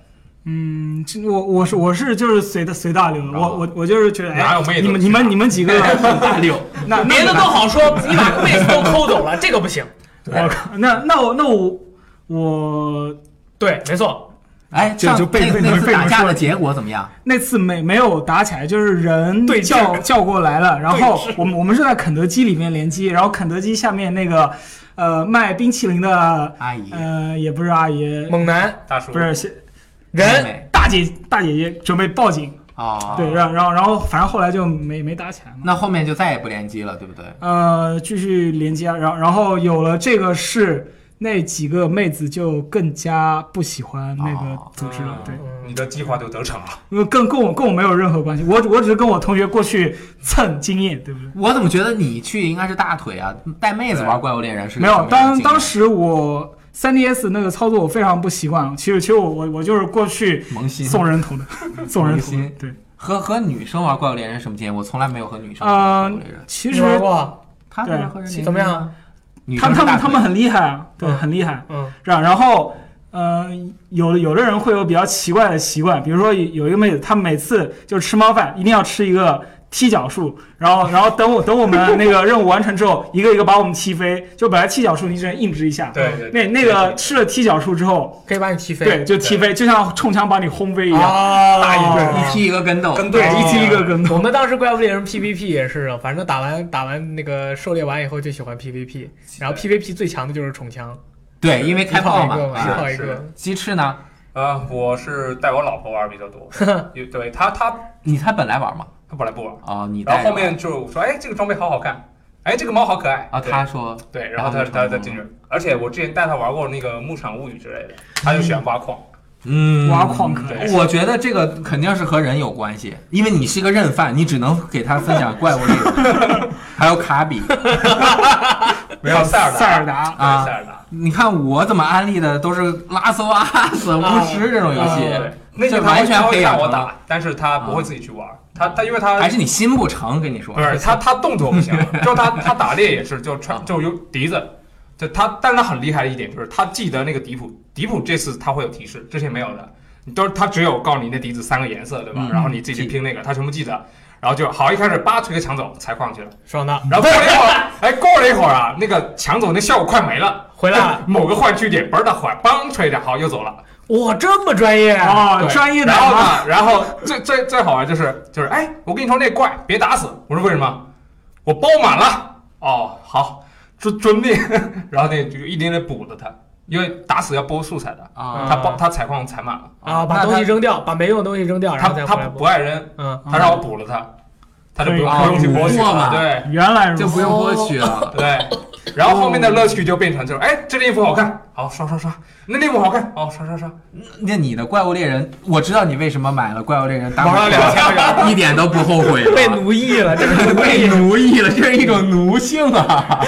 E: 嗯，这我我是我是就是随的随大流，
A: 哦
E: 我我我就是觉得，
B: 哪
E: 哎
B: 有妹，子
E: 你们你们你们几个，
A: 大六，
E: 那那
D: 别的
E: 你
D: 都好说，你把妹子都抠走了，这个不行。
E: 我靠，那那我那我我
D: 对，没错，
A: 哎，
E: 就
A: 上
E: 就被
A: 那
E: 被
A: 那次
E: 被
A: 打
E: 被
A: 架的结果怎么样？
E: 那次没没有打起来，就是人
D: 对峙
E: 叫叫过来了，然后
D: 对峙
E: 我们我们是在肯德基里面联机，然后肯德基下面那个呃卖冰淇淋的
A: 阿姨，
E: 呃也不是阿姨，
D: 猛男
B: 大叔
E: 不是是
D: 人
A: 妹
E: 大姐大姐姐准备报警，
A: 哦，
E: 对，然后然后然后反正后来就没没打起来嘛。
A: 那后面就再也不联机了，对不对？
E: 呃，继续连接，然后然后有了这个事，那几个妹子就更加不喜欢那个
A: 哦
E: 组织了，
B: 啊
E: 对，哦
B: 你的计划就得逞了。
E: 因为跟跟我跟我没有任何关系，我我只是跟我同学过去蹭经验，对不对？
A: 我怎么觉得你去应该是大腿啊？带妹子玩怪物猎人是个
E: 没
A: 什
E: 有，
A: 么样的
E: 当
A: 经历
E: 当时我 3DS 那个操作我非常不习惯，其实其实我我我就是过去
A: 萌新
E: 送人 头的，送人
A: 萌
E: 头的
A: 新，
E: 对，
A: 和和女生玩怪物猎人是什么经验？我从来没有和女生玩怪物
E: 嗯
A: 猎人，，
E: 其
D: 你
E: 实
D: 玩过？
A: 他们是和人
D: 对怎么样啊？
A: 女
E: 他
A: 生
E: 们
A: 是
E: 他
A: 大
E: 们
A: 腿
E: 他们很厉害啊，对，
D: 嗯
E: 很厉害。
D: 嗯，
E: 然然后，呃，有的有的人会有比较奇怪的习惯，比如说有一个妹子，她每次就吃猫饭，一定要吃一个踢脚树，然后然 后等我等我们那个任务完成之后，一个一个把我们踢飞。就本来踢脚树你只能硬直一下，
B: 对对，
E: 那
B: 对
E: 那个吃了踢脚树之后，
D: 可以把你踢飞。
E: 对，就踢飞，就像冲枪把你轰飞一样，
D: 啊，
E: 大一对
A: 哦一踢一个跟斗，
B: 跟
E: 对，
B: 哦
E: 一踢一个跟头。
D: 我们当时怪物猎人 PVP 也是，反正打完打完那个狩猎完以后就喜欢 PVP，然后 PVP 最强的就是冲枪，
A: 对，因为
D: 一
A: 开
D: 炮
A: 炮
D: 一
A: 嘛
D: 个嘛，
B: 是
D: 一
A: 啊。
D: 炮一
B: 是
D: 个。
A: 鸡翅呢？
B: 啊，我是带我老婆玩比较多，也对她她
A: 你他本来玩嘛？
B: 她本来不玩，
A: 哦，你带
B: 然后
A: 着
B: 后面就说，哎，这个装备好好看，哎，这个猫好可爱
A: 啊，
B: 对
A: 他说
B: 对，然后他
A: 然后就成
B: 他
A: 功
B: 他
A: 了
B: 进去，而且我之前带他玩过那个《牧场物语》之类的，他就喜欢挖矿，
A: 嗯
E: 挖矿可爱
B: 对，
A: 我觉得这个肯定是和人有关系，因为你是一个认犯，你只能给他分享怪物猎人， 还有卡比。
B: 没有塞尔达，
E: 塞尔达，
A: 啊
B: 对塞尔达，
A: 你看我怎么安利的都是拉搜阿斯巫师这种游
B: 嗯对
A: 戏，，
B: 那
A: 这
B: 个他
A: 完
B: 会
A: 全
B: 他
A: 培
B: 会
A: 养
B: 看
A: 成
B: 我
A: 了
B: 打，但是他不会自己去玩，他他因为他
A: 还是你心不诚，跟你说
B: 啊不，是他他动作不行，就他他打猎也是，就
A: 啊
B: 穿就有笛子，就他，但是他很厉害的一点就是他记得那个笛谱，笛谱这次他会有提示，之前没有的，你都是他只有告诉你那笛子三个颜色对吧
A: 嗯？
B: 然后你自己去拼那个，他全部记得。然后就好，一开始叭锤给抢走，采矿去了。
D: 爽的，
B: 然后过了一会儿，哎，过了一会儿啊，那个抢走那效果快没了，哎
D: 回来了，
B: 某个坏据点嘣儿的坏，梆锤着，好又走了。
D: 哇，这么专业啊！
E: 哦，
B: 对
E: 专业的
B: 然后
E: 啊，
B: 呢， 然后最最最好玩就是就是，哎，我跟你说那怪别打死，我说为什么？我包满了。哦，好，遵遵命。 然后那就一点点补了他，因为打死要剥素材的，
A: 啊
D: 嗯
B: 他包他采矿采满了，
D: 啊，把
A: 那
D: 东西
A: 他
D: 扔掉，把没用的东西扔啊掉，然
B: 他
D: 后再
B: 他
D: 回来
B: 不
D: 播。
B: 爱扔，
D: 嗯，
B: 他让我补了他，他就不用
E: 可以
B: 不
D: 哦
B: 用去剥取
A: 补货嘛
B: 了，对。
E: 原来
B: 嗯
E: 如
A: 就不
E: 此。
A: 用剥取了。
B: 对，然后后
D: 哦
B: 面的乐趣就变成就是，哎，这件衣服好看，好刷刷刷；那件衣服好看，哦刷刷刷。
A: 那你的怪物猎人，我知道你为什么买了怪物猎人，打
B: 玩了两千个小
A: 一点都不后悔 了
D: 被奴役了，这 是奴
A: 被
D: 役。
A: 奴役了，这是一种奴性啊！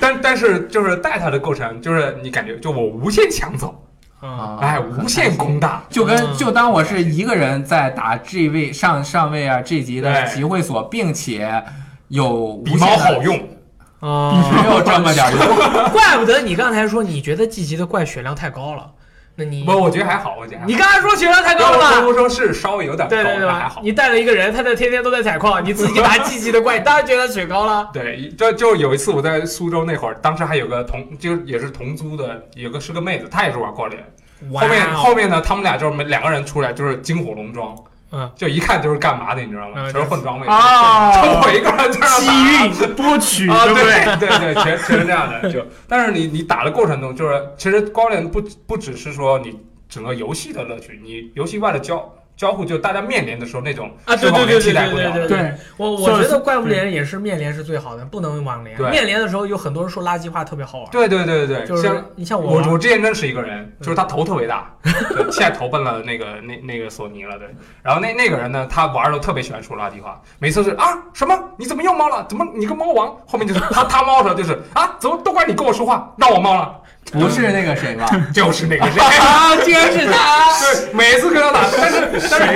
B: 但但是就是带它的过程，就是你感觉就我无限抢走，
D: 嗯，
B: 哎，无限攻大，
A: 就跟
D: 嗯
A: 就当我是一个人在打 G 位上上位啊 G 级的
B: 对
A: 集会所，并且有无
B: 比
A: 限
B: 猫
A: 的
B: 好，用。
D: 嗯
A: 只
D: 哦，
A: 有这么点儿 用。
D: 怪不得你刚才说你觉得 G 级的怪血量太高了，那你
B: 不，我觉得还好，我觉得还好。
D: 你刚才说血量太
B: 跟
D: 高了吧？
B: 我说是稍微有点高，
D: 对对对
B: 但还
D: 吧？
B: 好。
D: 你带了一个人，他在天天都在采矿，你自己打 G 级的怪，你当然觉得血高了。
B: 对，就就有一次我在苏州那会儿，当时还有个同，就是也是同租的，有个是个妹子，她也是玩怪猎。后面
D: 哇哦
B: 后面呢，他们俩就是两个人出来就是金火龙装，
D: 嗯，
B: 就一看就是干嘛的，你知道吗？
D: 嗯
B: 全是混装妹
E: 啊
B: 抽我一个人在那打
E: 机遇多取，
B: 啊，
E: 哦对不对？
B: 对对，全全是这样的。就但是你你打的过程中，就是其实关联不不只是说你整个游戏的乐趣，你游戏外的交交互，就大家面临的时候那种
D: 啊对
B: 是网
D: 对对
B: 联替代不
D: 对
B: 了的。
D: 对
E: 对，
D: 我我
E: 算
D: 觉
E: 是
D: 得怪物猎人也是面连是最好的，不能网连。
B: 对
D: 面连的时候有很多人说垃圾话，特别好玩。
B: 对对对对
D: 就
B: 对，像
D: 是你像
B: 我
D: 我啊
B: 我之前认识一个人，
D: 嗯
B: 就是他头特别大，对现在投奔了那个那那个索尼了，对。然后那那个人呢，他玩的时候特别喜欢说垃圾话，每次是啊什么你怎么又猫了？怎么你个猫王？后面就是他他猫的，就是啊怎么都怪你跟我说话，让我猫了，
A: 不是那个 谁吧？
B: 就是那个 人。
A: 啊，竟然是他！
B: 对，每次跟他打，但是但是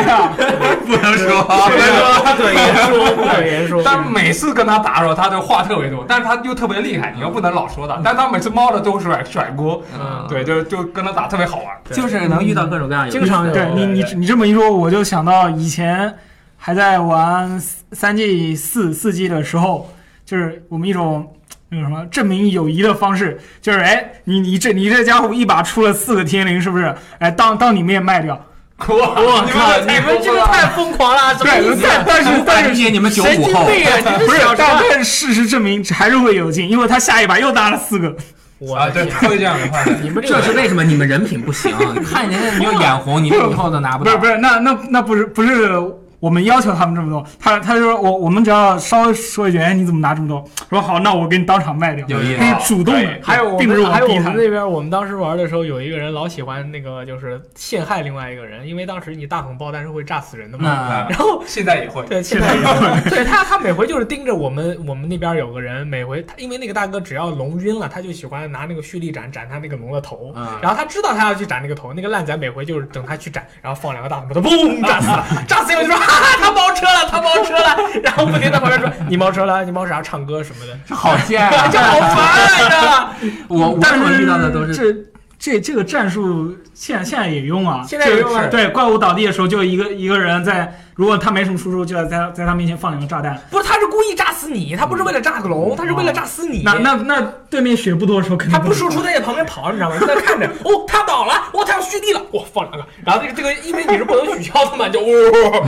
A: 不能说，
D: 不可言说，不可言说。
B: 但是每次跟他打的时候，他的话特别多，但是他又特别厉害，你又不能老说他，但是他每次猫的都是甩甩锅，
D: 嗯，
B: 对，就就跟他打特别好玩。
A: 就是能遇到各种各样有意思的
D: 经常有
E: 对你你你这么一说，我就想到以前还在玩三 G 四四 G 的时候，就是我们一种那个什么证明友谊的方式，就是哎，你你这你这家伙一把出了四个天灵，是不是？哎，当当你们也卖掉，
B: 我
D: 靠，你们这个太疯狂了，什么意
E: 对，
D: 思？
E: 但但是但
A: 感
E: 是。
A: 谢哎你们九
D: 神
A: 五
D: 经
A: 后，
D: 病啊！你
E: 不
D: 这
E: 是
D: 小，
E: 但
D: 张，
E: 但事实证明还是会有劲，因为他下一把又搭了四个。
D: 我
B: 啊，对，会这样的话，
D: 你们这
A: 这
D: 个
A: 是为什么你们人品不行？看人家你就眼红，你以后都拿不
E: 不
A: 到
E: 是。不是，那那那不是不是我们要求他们这么多，他他就说我我们只要稍微说一句，哎，你怎么拿这么多？说好，那我给你当场卖掉，
A: 有意思啊
E: 他是主动
B: 可以
E: 的，
D: 还有我
E: 并不是
D: 们，还有
E: 逼
D: 我
E: 他
D: 们。那边，我们当时玩的时候，有一个人老喜欢那个，就是陷害另外一个人，因为当时你大桶爆弹是会炸死人的嘛。
A: 那
D: 然后，
B: 现在也会。
D: 对，现在也对他，他每回就是盯着我们，我们那边有个人，每回他因为那个大哥只要龙晕了，他就喜欢拿那个蓄力斩斩他那个龙的头。
A: 嗯
D: 然后他知道他要去斩那个头，那个烂仔每回就是等他去斩，然后放两个大桶把他嘣炸死了，炸死以后就说哈哈他包车了，他包车了，然后不停地在旁边说你包车了，你包啥唱歌什么的，
A: 好贱 啊！
D: 就好烦啊！
A: 我我
E: 但
A: 所
E: 是
A: 遇到的都是
E: 这这这个战术现在现在也用啊，
D: 现在也用啊
E: 就是对，怪物倒地的时候，就一个一个人在，如果他没什么输出，就要在在他面前放两个炸弹。
D: 不是，他是故意炸死你，他不是为了炸个龙，他是为了炸死你。
E: 那那那对面血不多的时候，肯定
D: 他不输出，他在旁边跑，你知道吗？就在那看着，哦，他倒了，哦，他要蓄力了，哇，放两个，然后这个这个，因为你是不能取消的嘛，就哦。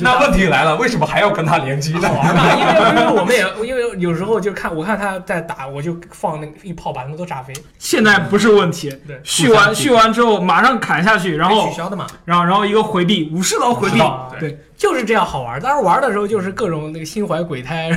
B: 那问题来了，为什么还要跟他联机 呢？
D: 那因为因为我们也因为有时候就看我看他在打，我就放那个一炮把他们都炸飞，
E: 现在不是问题。
D: 对，
E: 续完续完之后马上砍下去，然
D: 被
E: 后
D: 取消的嘛，
E: 然后然后一个回避，武士刀回避
B: 知，道对
E: 对，
D: 就是这样好玩。当时玩的时候就是各种那个心怀鬼胎，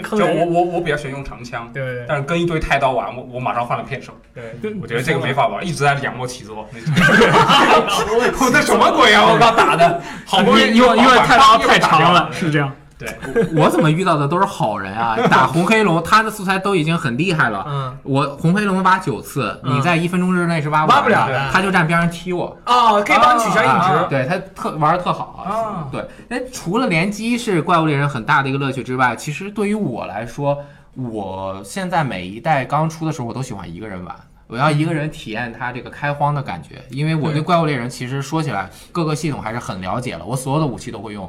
D: 坑
B: 就我
D: 人，
B: 我我比较喜欢用长枪，
D: 对对
B: 但是跟一堆太刀玩，我我马上换了片手。
D: 对对。
E: 对
B: 我觉得这个没法玩，一直在仰卧起坐。 我这什么鬼啊！我靠，打的好不容易
E: 因为因为太
B: 长
E: 长太长了，是这样。
B: 对，
A: 我怎么遇到的都是好人啊！打红黑龙，他的素材都已经很厉害了。
D: 嗯，
A: 我红黑龙挖九次，
D: 嗯
A: 你在一分钟之内是挖
D: 挖
A: 不
D: 不
A: 完的
D: 了的
A: 他就站边上踢我。
D: 哦，可以帮你取消硬
B: 啊
D: 直，
A: 对他特玩的特好
B: 啊
A: 对，那除了联机是怪物猎人很大的一个乐趣之外，其实对于我来说，我现在每一代刚出的时候，我都喜欢一个人玩。我要一个人体验它这个开荒的感觉，因为我对怪物猎人其实说起来各个系统还是很了解了，我所有的武器都会用，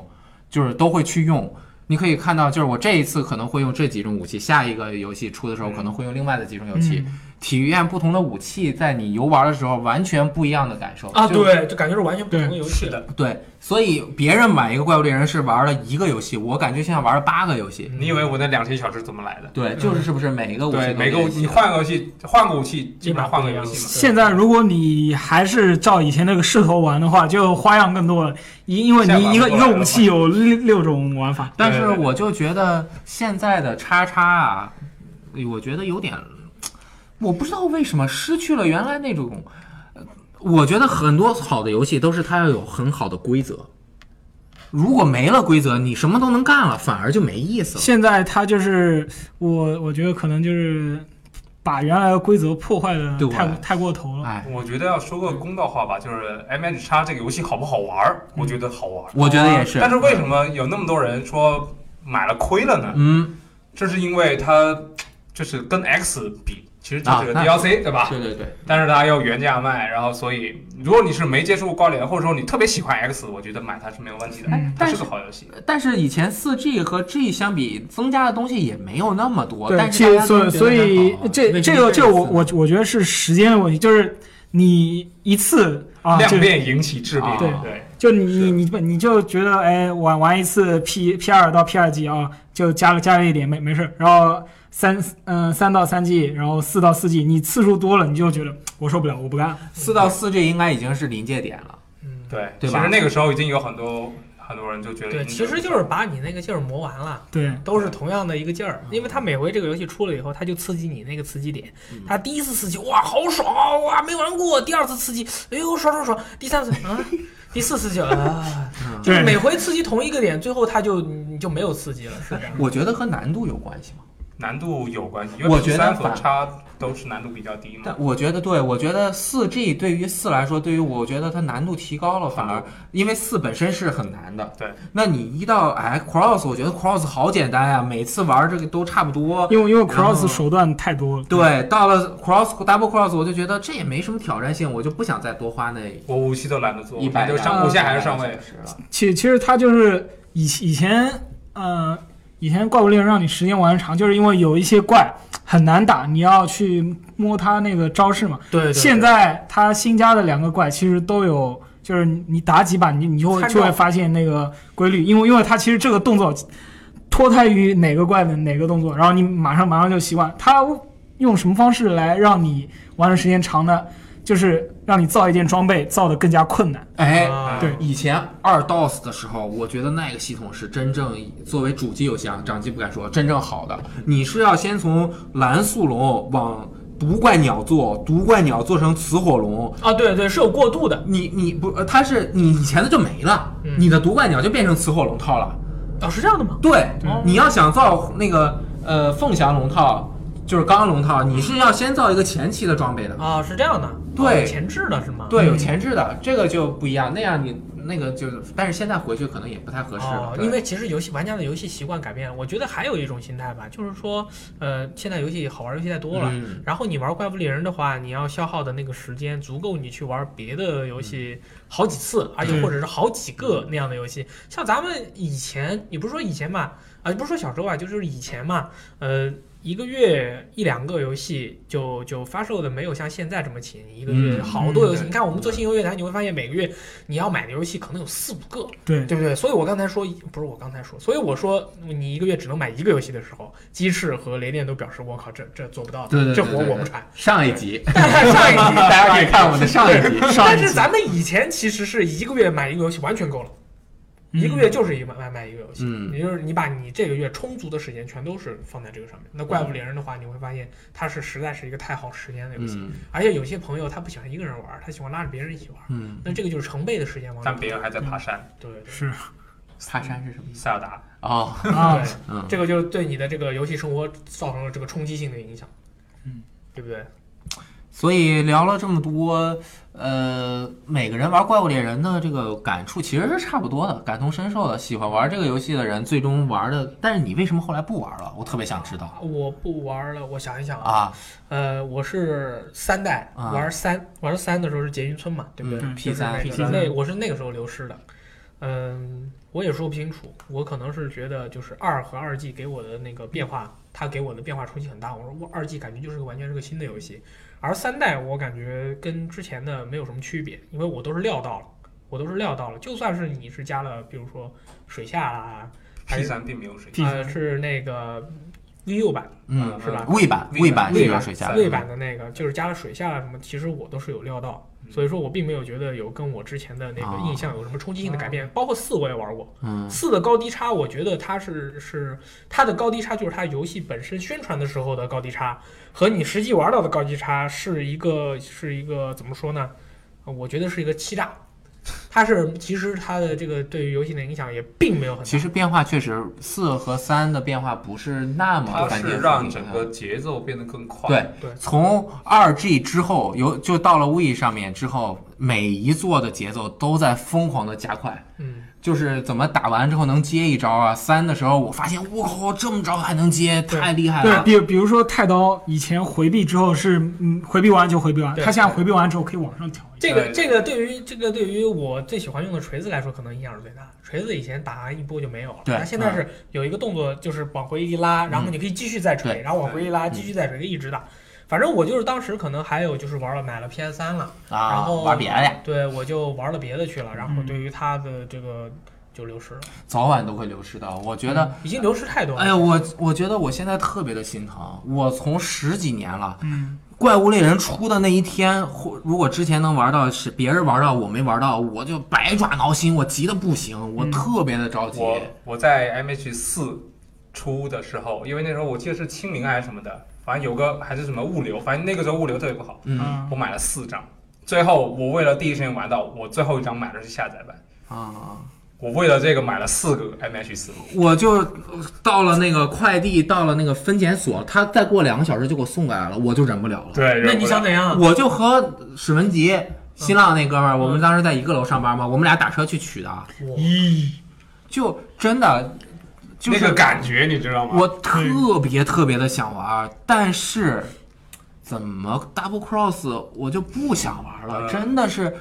A: 就是都会去用。你可以看到，就是我这一次可能会用这几种武器，下一个游戏出的时
D: 嗯
A: 候可能会用另外的几种武器，体验不同的武器在你游玩的时候完全不一样的感受
D: 啊，
A: 就
D: 对，就感觉是完全不同的游戏
B: 是的。
A: 对，所以别人玩一个怪物猎人是玩了一个游戏，我感觉像玩了八个游戏。
B: 你以为我那两千小时怎么来的？
A: 嗯对，就是是不是每一个武器
B: 对，
A: 都
B: 每个武
A: 练习
B: 你换个游戏，换个武器，基本上换个游
D: 基本上不一
B: 戏
D: 样
B: 嘛。
E: 现在如果你还是照以前那个势头玩的话，就花样更多了，因因为
B: 现在
E: 你
B: 玩
E: 一个
B: 不
E: 一
B: 过来
E: 个
B: 了
E: 武器有六六种玩法。
A: 但是
B: 对对对
A: 我就觉得现在的叉叉啊，我觉得有点，我不知道为什么失去了原来那种。呃我觉得很多好的游戏都是它要有很好的规则，如果没了规则，你什么都能干了，反而就没意思了。
E: 现在它就是我我觉得可能就是把原来的规则破坏的
A: 对
E: 太太过头了。
A: 哎，
B: 我觉得要说个公道话吧，就是 M H X 这个游戏好不好玩儿？我觉得好玩儿。
A: 我觉得也是
B: 但。是为什么有那么多人说买了亏了呢？
A: 嗯，
B: 这是因为它就是跟 X 比，其实就是个
A: 啊那
B: DLC 对吧？
A: 对对对，
B: 但是它要原价卖，然后所以如果你是没接触过关联，或者说你特别喜欢 X，我觉得买它是没有问题的
A: 哎，
B: 它
A: 但
B: 是
A: 是
B: 个好游戏。
A: 但是以前四 G 和 G 相比，增加的东西也没有那么多。
E: 对，
A: 但
E: 其
A: 是
E: 实
A: 大家
E: 所
A: 都
E: 以
A: 觉得
E: 所以
A: 很好啊
E: 这
A: 为什
E: 这
A: 么这
E: 个这个我
A: 次
E: 我我觉得是时间的问题，就是你一次啊，
B: 量
E: 就
B: 变引起质变，
A: 啊
B: 对，
E: 就你
B: 是
E: 你你你就觉得哎，玩玩一次 P P 二到 P 二 G 啊，就加了加了一点没没事儿，然后三嗯三到三 G，然后四到四 G，你次数多了，你就觉得我受不了，我不干了。
A: 四到四 G 应该已经是临界点了。
D: 嗯，
B: 对，
A: 对
B: 其
A: 吧
B: 实那个时候已经有很多很多人就觉得，
D: 对，其实就是把你那个劲儿磨完了。
E: 对，
D: 都是同样的一个劲儿，因为它每回这个游戏出了以后，它就刺激你那个刺激点。它第一次刺激，哇，好爽啊，哇，没玩过。第二次刺激，哎呦，爽爽爽。第三次， 啊，第四次就啊，就是每
E: 对
D: 回刺激同一个点，最后它就你就没有刺激了，是这样。
A: 我觉得和难度有关系嘛。
B: 难度有关系，因
A: 我
B: 为
A: 觉得
B: 三和
A: 反
B: 叉都是难度比较低嘛。
A: 但我觉得对，我觉得四 G 对于四来说，对于我觉得它难度提高了，反而因为四本身是很难的。
B: 对，
A: 那你一到哎 Cross，我觉得 Cross 好简单呀、每次玩这个都差不多。
E: 因为因为
A: 然后
E: Cross 手段太多了。
A: 对，到了 Cross Double Cross，我就觉得这也没什么挑战性，我就不想再多花那
B: 我武器都懒得做，
A: 一百啊
B: 我就上，我现在还是上位
A: 200个。小时了。
E: 其其实它就是以以前，呃，以前怪物猎人让你时间玩得长，就是因为有一些怪很难打，你要去摸它那个招式嘛。
D: 对对对
E: 现在它新加的两个怪其实都有，就是你打几把，你你就会
D: 参照
E: 就会发现那个规律，因为因为它其实这个动作脱胎于哪个怪的哪个动作，然后你马上马上就习惯。它用什么方式来让你玩的时间长呢？就是让你造一件装备造的更加困难。
A: 哎，
D: 啊
E: 对
A: 以前二 DOS 的时候，我觉得那个系统是真正作为主机游戏啊，掌机不敢说，真正好的。你是要先从蓝速龙往毒怪鸟做，毒怪鸟做成雌火龙，
D: 啊，对对，是有过渡的。
A: 你你不，呃它是你以前的就没了，
D: 嗯
A: 你的毒怪鸟就变成雌火龙套了。
D: 哦，是这样的吗？
A: 对
D: 哦，
A: 你要想造那个呃凤翔龙套，就是钢龙套，你是要先造一个前期的装备的。
D: 啊，是这样的。
A: 对
D: 哦前置的是吗？
A: 对，有前置的，这个就不一样。那样你那个就，但是现在回去可能也不太合适了
D: 哦，，
A: 对嗯
D: 因为其实游戏玩家的游戏习惯改变了，我觉得还有一种心态吧，就是说，呃，现在游戏好玩儿游戏太多了，
A: 嗯
D: 然后你玩怪物猎人的话，你要消耗的那个时间足够你去玩别的游戏
A: 嗯
D: 好几次，而且
E: 对
D: 或者是好几个那样的游戏。像咱们以前，也不是说以前吧，啊、不是说小时候啊，就是以前嘛，呃。一个月一两个游戏就就发售的没有像现在这么勤，一个月
A: 嗯
D: 好多游戏。
A: 嗯
D: 你看我们做新游乐坛，你会发现每个月你要买的游戏可能有四五个，
E: 对，
D: 对不对？所以我刚才说，不是我刚才说，所以我说你一个月只能买一个游戏的时候，鸡翅和雷电都表示我靠，这这做不到的，
A: 对对对，
D: 这活
A: 对
D: 我不传。。
A: 对上一 集，
D: 但是上一 集
A: 大家可以看我们的上一 集。
D: 但是咱们以前其实是一个月买一个游戏完全够了，
E: 嗯
D: 一个月就是一个买买一个游戏，
A: 嗯
D: 也就是你把你这个月充足的时间全都是放在这个上面。那怪物猎人的话，你会发现它是实在是一个太耗时间的游戏，
A: 嗯
D: 而且有些朋友他不喜欢一个人玩，他喜欢拉着别人一起玩，
A: 嗯，
D: 那这个就是成倍的时间往里
B: 但别人还在爬山，
D: 对对对
E: 是
A: 爬山是什么 意思？
B: 塞尔达
A: 哦，
E: 啊，
D: 对
A: 嗯，
D: 这个就对你的这个游戏生活造成了这个冲击性的影响，
E: 嗯，
D: 对不对？啊
A: 所以聊了这么多，呃，每个人玩怪物猎人的这个感触其实是差不多的，感同身受的。喜欢玩这个游戏的人，最终玩的，但是你为什么后来不玩了？我特别想知道
D: 啊我不玩了，我想一想，
A: 啊。
D: 呃，我是三代
A: 啊
D: 玩三，玩三的时候是捷运村嘛，对不对
E: 嗯
D: 就是
A: P3
D: 那个
E: P3
D: 那我是那个时候流失的，嗯，我也说不清楚，我可能是觉得就是二和二 G 给我的那个变化，它给我的变化冲击很大。我说我二 G 感觉就是个完全是个新的游戏，而三代我感觉跟之前的没有什么区别，因为我都是料到了，我都是料到了，就算是你是加了，比如说水下啦，还
B: P
D: 是
B: 三并没有谁
E: P
D: 呃是那 VU 版。
A: 嗯，
D: 是吧
A: 魏版，魏版是有水下的，
D: 魏版的那个，就是加了水下什么，其实我都是有料到，所以说我并没有觉得有跟我之前的那个印象有什么冲击性的改变。包括四我也玩过，
A: 嗯
D: 四的高低差，我觉得它是是它的高低差就是它游戏本身宣传的时候的高低差和你实际玩到的高低差是一个是一个怎么说呢？呃我觉得是一个欺诈，它是其实它的这个对于游戏的影响也并没有很大。
A: 其实变化确实四和三的变化不是那么
B: 嗯它
A: 反
B: 是
A: 正
B: 让整个节奏变得更快。
A: 嗯对
D: 对
A: 从二 G 之后，有就到了 We 上面之后，每一座的节奏都在疯狂的加快。
D: 嗯，
A: 就是怎么打完之后能接一招啊？三的时候我发现，我靠，这么着还能接，
D: 对
A: 太厉害
E: 对，
A: 了！
E: 比比如说太刀以前回避之后是，嗯，回避完就回避完，
D: 对
E: 他现在回避完之后可以往上调一下。
D: 这个
B: 对
D: 这个对于这个对于我最喜欢用的锤子来说，可能影响是最大的。锤子以前打一波就没有了，
A: 对嗯
D: 那现在是有一个动作，就是往回一拉，然后你可以继续再锤，
A: 对嗯
D: 然后往回一拉，继续再锤，一直打。反正我就是当时可能还有就是玩了买了 PS 三了，然
A: 啊，
D: 后
A: 玩别的，
D: 对我就玩了别的去了，然后
E: 嗯
D: 对于它的这个就流失了，
A: 早晚都会流失的。我觉得，
D: 已经流失太多了。
A: 哎呀，我我觉得我现在特别的心疼，我从十几年了。
E: 嗯，
A: 怪物猎人出的那一天，或如果之前能玩到是别人玩到我没玩到，我就百爪挠心，我急的不行，我
E: 嗯
A: 特别的着急。
B: 我我在 MH 四出的时候，因为那时候我记得是清明啊还是什么的，反正有个还是什么物流，反正那个时候物流特别不好，
A: 嗯
E: 啊
B: 我买了四张。最后我为了第一时间玩到，我最后一张买的是下载版。
A: 啊，
B: 我为了这个买了四个 MH 四，
A: 我就呃到了那个快递，到了那个分拣所，他再过两个小时就给我送过来了，我就忍不了了。
B: 对，
D: 那你想怎样？啊
A: 我就和史文杰、新浪那哥们儿，我们当时在一个楼上班嘛，我们俩打车去取的，啊
D: 我
E: 咦，
A: 就真的就是
B: 那个感觉你知道吗？
A: 我特别特别的想玩，但是怎么 Double Cross 我就不想玩了，
D: 呃
B: 嗯
A: 真的是。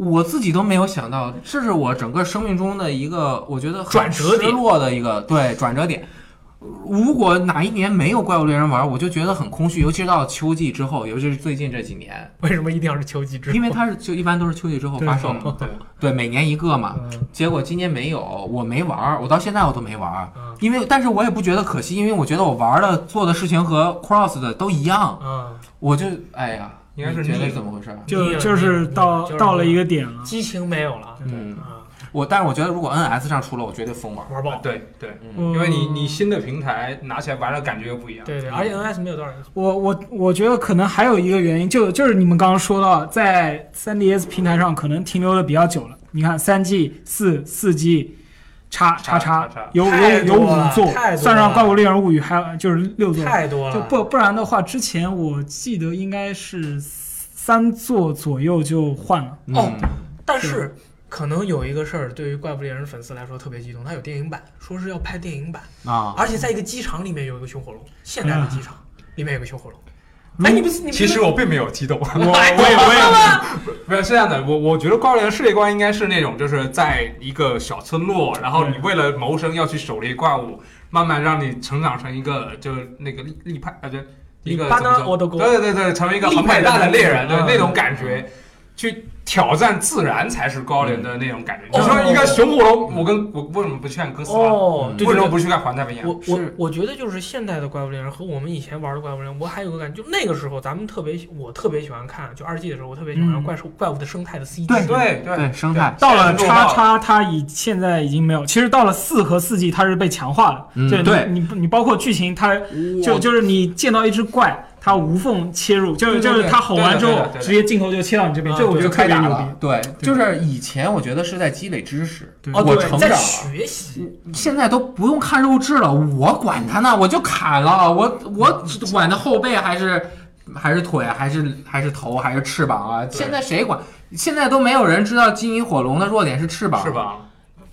A: 我自己都没有想到，这是我整个生命中的一个，我觉得很
D: 转折点
A: 失落的一个对转折点。如果哪一年没有怪物猎人玩，我就觉得很空虚，尤其是到秋季之后，尤其是最近这几年，
D: 为什么一定要是秋季之后？
A: 因为它是就一般都是秋季之后发售，
B: 嗯对，
A: 对，每年一个嘛。
D: 嗯
A: 结果今年没有，我没玩儿，我到现在我都没玩儿
D: 嗯，
A: 因为但是我也不觉得可惜，因为我觉得我玩儿的做的事情和 Cross 的都一样，
D: 啊，
A: 我就哎呀，
B: 应该是
A: 你觉
B: 腻
A: 得
B: 了
A: 怎么回事儿？
E: 就
D: 腻了
E: 就是
D: 腻了
E: 到
D: 就是
E: 到了一个点了，
D: 激情没有了。
A: 嗯，
D: 啊，
A: 我但是我觉得如果 NS 上出了，我绝对疯玩儿。
D: 玩爆。
B: 对对，
E: 嗯
B: 因为你你新的平台拿起来玩的感觉又不一样。
D: 对对，而且 NS 没有多少人做。
E: 我我我觉得可能还有一个原因，就就是你们刚刚说到，在 3DS 平台上可能停留的比较久了。你看三 G、四四 G、叉叉
B: 叉
E: 叉
B: 叉叉，
E: 有
D: 太
E: 有有
D: 多
E: 五
D: 了
E: 座
D: 太多，
E: 算上
D: 了
E: 《怪物猎人物语》还有就是六座，
D: 太多了，
E: 就不不然的话，之前我记得应该是三座左右就换了。
D: 哦
A: 嗯，
D: 但是可能有一个事儿，对于怪物猎人粉丝来说特别激动，它有电影版，说是要拍电影版，
A: 啊，嗯
D: 而且在一个机场里面有一个熊火龙，现代的机场里面有个熊火龙。哎，
E: 嗯
D: 你不是你不
B: 其实
D: 我
B: 我并没有激 动，
E: 我我也
B: 没有是这样的，我我觉得怪物猎人世界观应该是那种，就是在一个小村落，然后你为了谋生要去狩猎怪物，慢慢让你成长成一个就是那个立立派啊，对，一个
D: 立派
B: 怎
D: 呢
B: 么说
D: 我都过
B: 对对对，成为一个很伟大的猎人，对那
D: 嗯
B: 种感觉，去挑战自然才是高人的那种感觉。
D: 嗯
B: 你说一个熊火龙，我跟我为什么不去看哥斯拉？
D: 哦，对
B: 为
D: 对
B: 什么
D: 对。
B: 不去看环太平洋？
D: 我我
A: 嗯是
D: 我觉得就是现代的怪物猎人和我们以前玩的怪物猎人，我还有个感觉，就那个时候咱们特别喜，我特别喜欢看，就二 G 的时候，我特别喜欢看
E: 嗯
D: 怪兽、怪物的生态的 CG。
A: 对
B: 对对
A: 对，生态
E: 到了
B: 现在
E: 叉
B: 弱嗯化了
E: 叉，它已现在已经没有。其实到了四和四 G，它是被强化的。
A: 嗯
E: 就你
A: 对
E: 你你包括剧情，它就就是你见到一只怪，它无缝切入，就是
B: 对对
E: 就
B: 对
E: 是它吼完之
B: 对
E: 后
B: 的对的对，的
E: 直接镜头就切到你这边，
D: 啊
E: 这我觉
A: 就
E: 得特
A: 开
E: 别
A: 打
E: 牛逼。
A: 了，对，就是以前我觉得是在积累知识，
E: 对
D: 哦，
A: 我
D: 对，
A: 成长
D: 在
A: 了。
D: 学习。
A: 现在都不用看肉质了，我管它呢，我就砍了，我我管它后背还是还是腿还是还是头还是翅膀啊？现在谁管？现在都没有人知道金银火龙的弱点是翅膀，
B: 是？吧？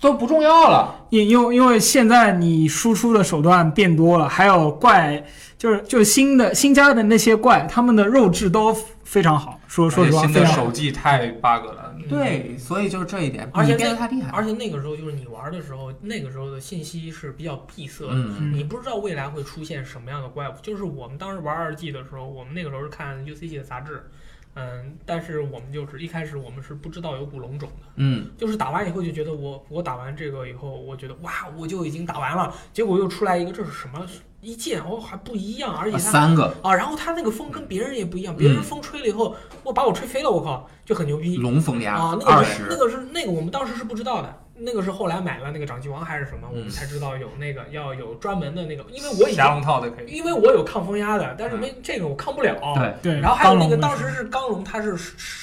A: 都不重要了。
E: 因因为因为现在你输出的手段变多了，还有怪，就是就是新的新加的那些怪，他们的肉质都非常好。说说实话，
B: 而且新
E: 非
B: 的
E: 常好。
B: 手技太 bug 了。
A: 对，所以就是这一点，
D: 嗯而且
A: 你变得太厉害了。
D: 而且那个时候就是你玩的时候，那个时候的信息是比较闭塞的，
A: 嗯
D: 你不知道未来会出现什么样的怪物。就是我们当时玩二 G 的时候，我们那个时候是看 UCG 的杂志，嗯，但是我们就是一开始我们是不知道有古龙种的，
A: 嗯，
D: 就是打完以后就觉得我我打完这个以后，我觉得哇我就已经打完了，结果又出来一个这是什么一剑哦还不一样，而且
A: 啊
D: 它
A: 三个
D: 啊，然后它那个风跟别人也不一样，别人
A: 嗯
D: 风吹了以后，我把我吹飞了，我靠，就很牛逼。
A: 龙风牙
D: 啊，那
A: 二
D: 个是那
A: 十，
D: 个是那个我们当时是不知道的，那个是后来买了那个掌机王还是什么，我们
A: 嗯
D: 才知道有那个要有专门的那个，因为我已经
B: 侠龙套的可以，
D: 因为我有抗风压的，但是没这个我抗不了。
A: 嗯对，
E: 对，
D: 然后还有那
E: 刚
D: 个
E: 龙的
D: 当时
E: 时
D: 是钢龙，它是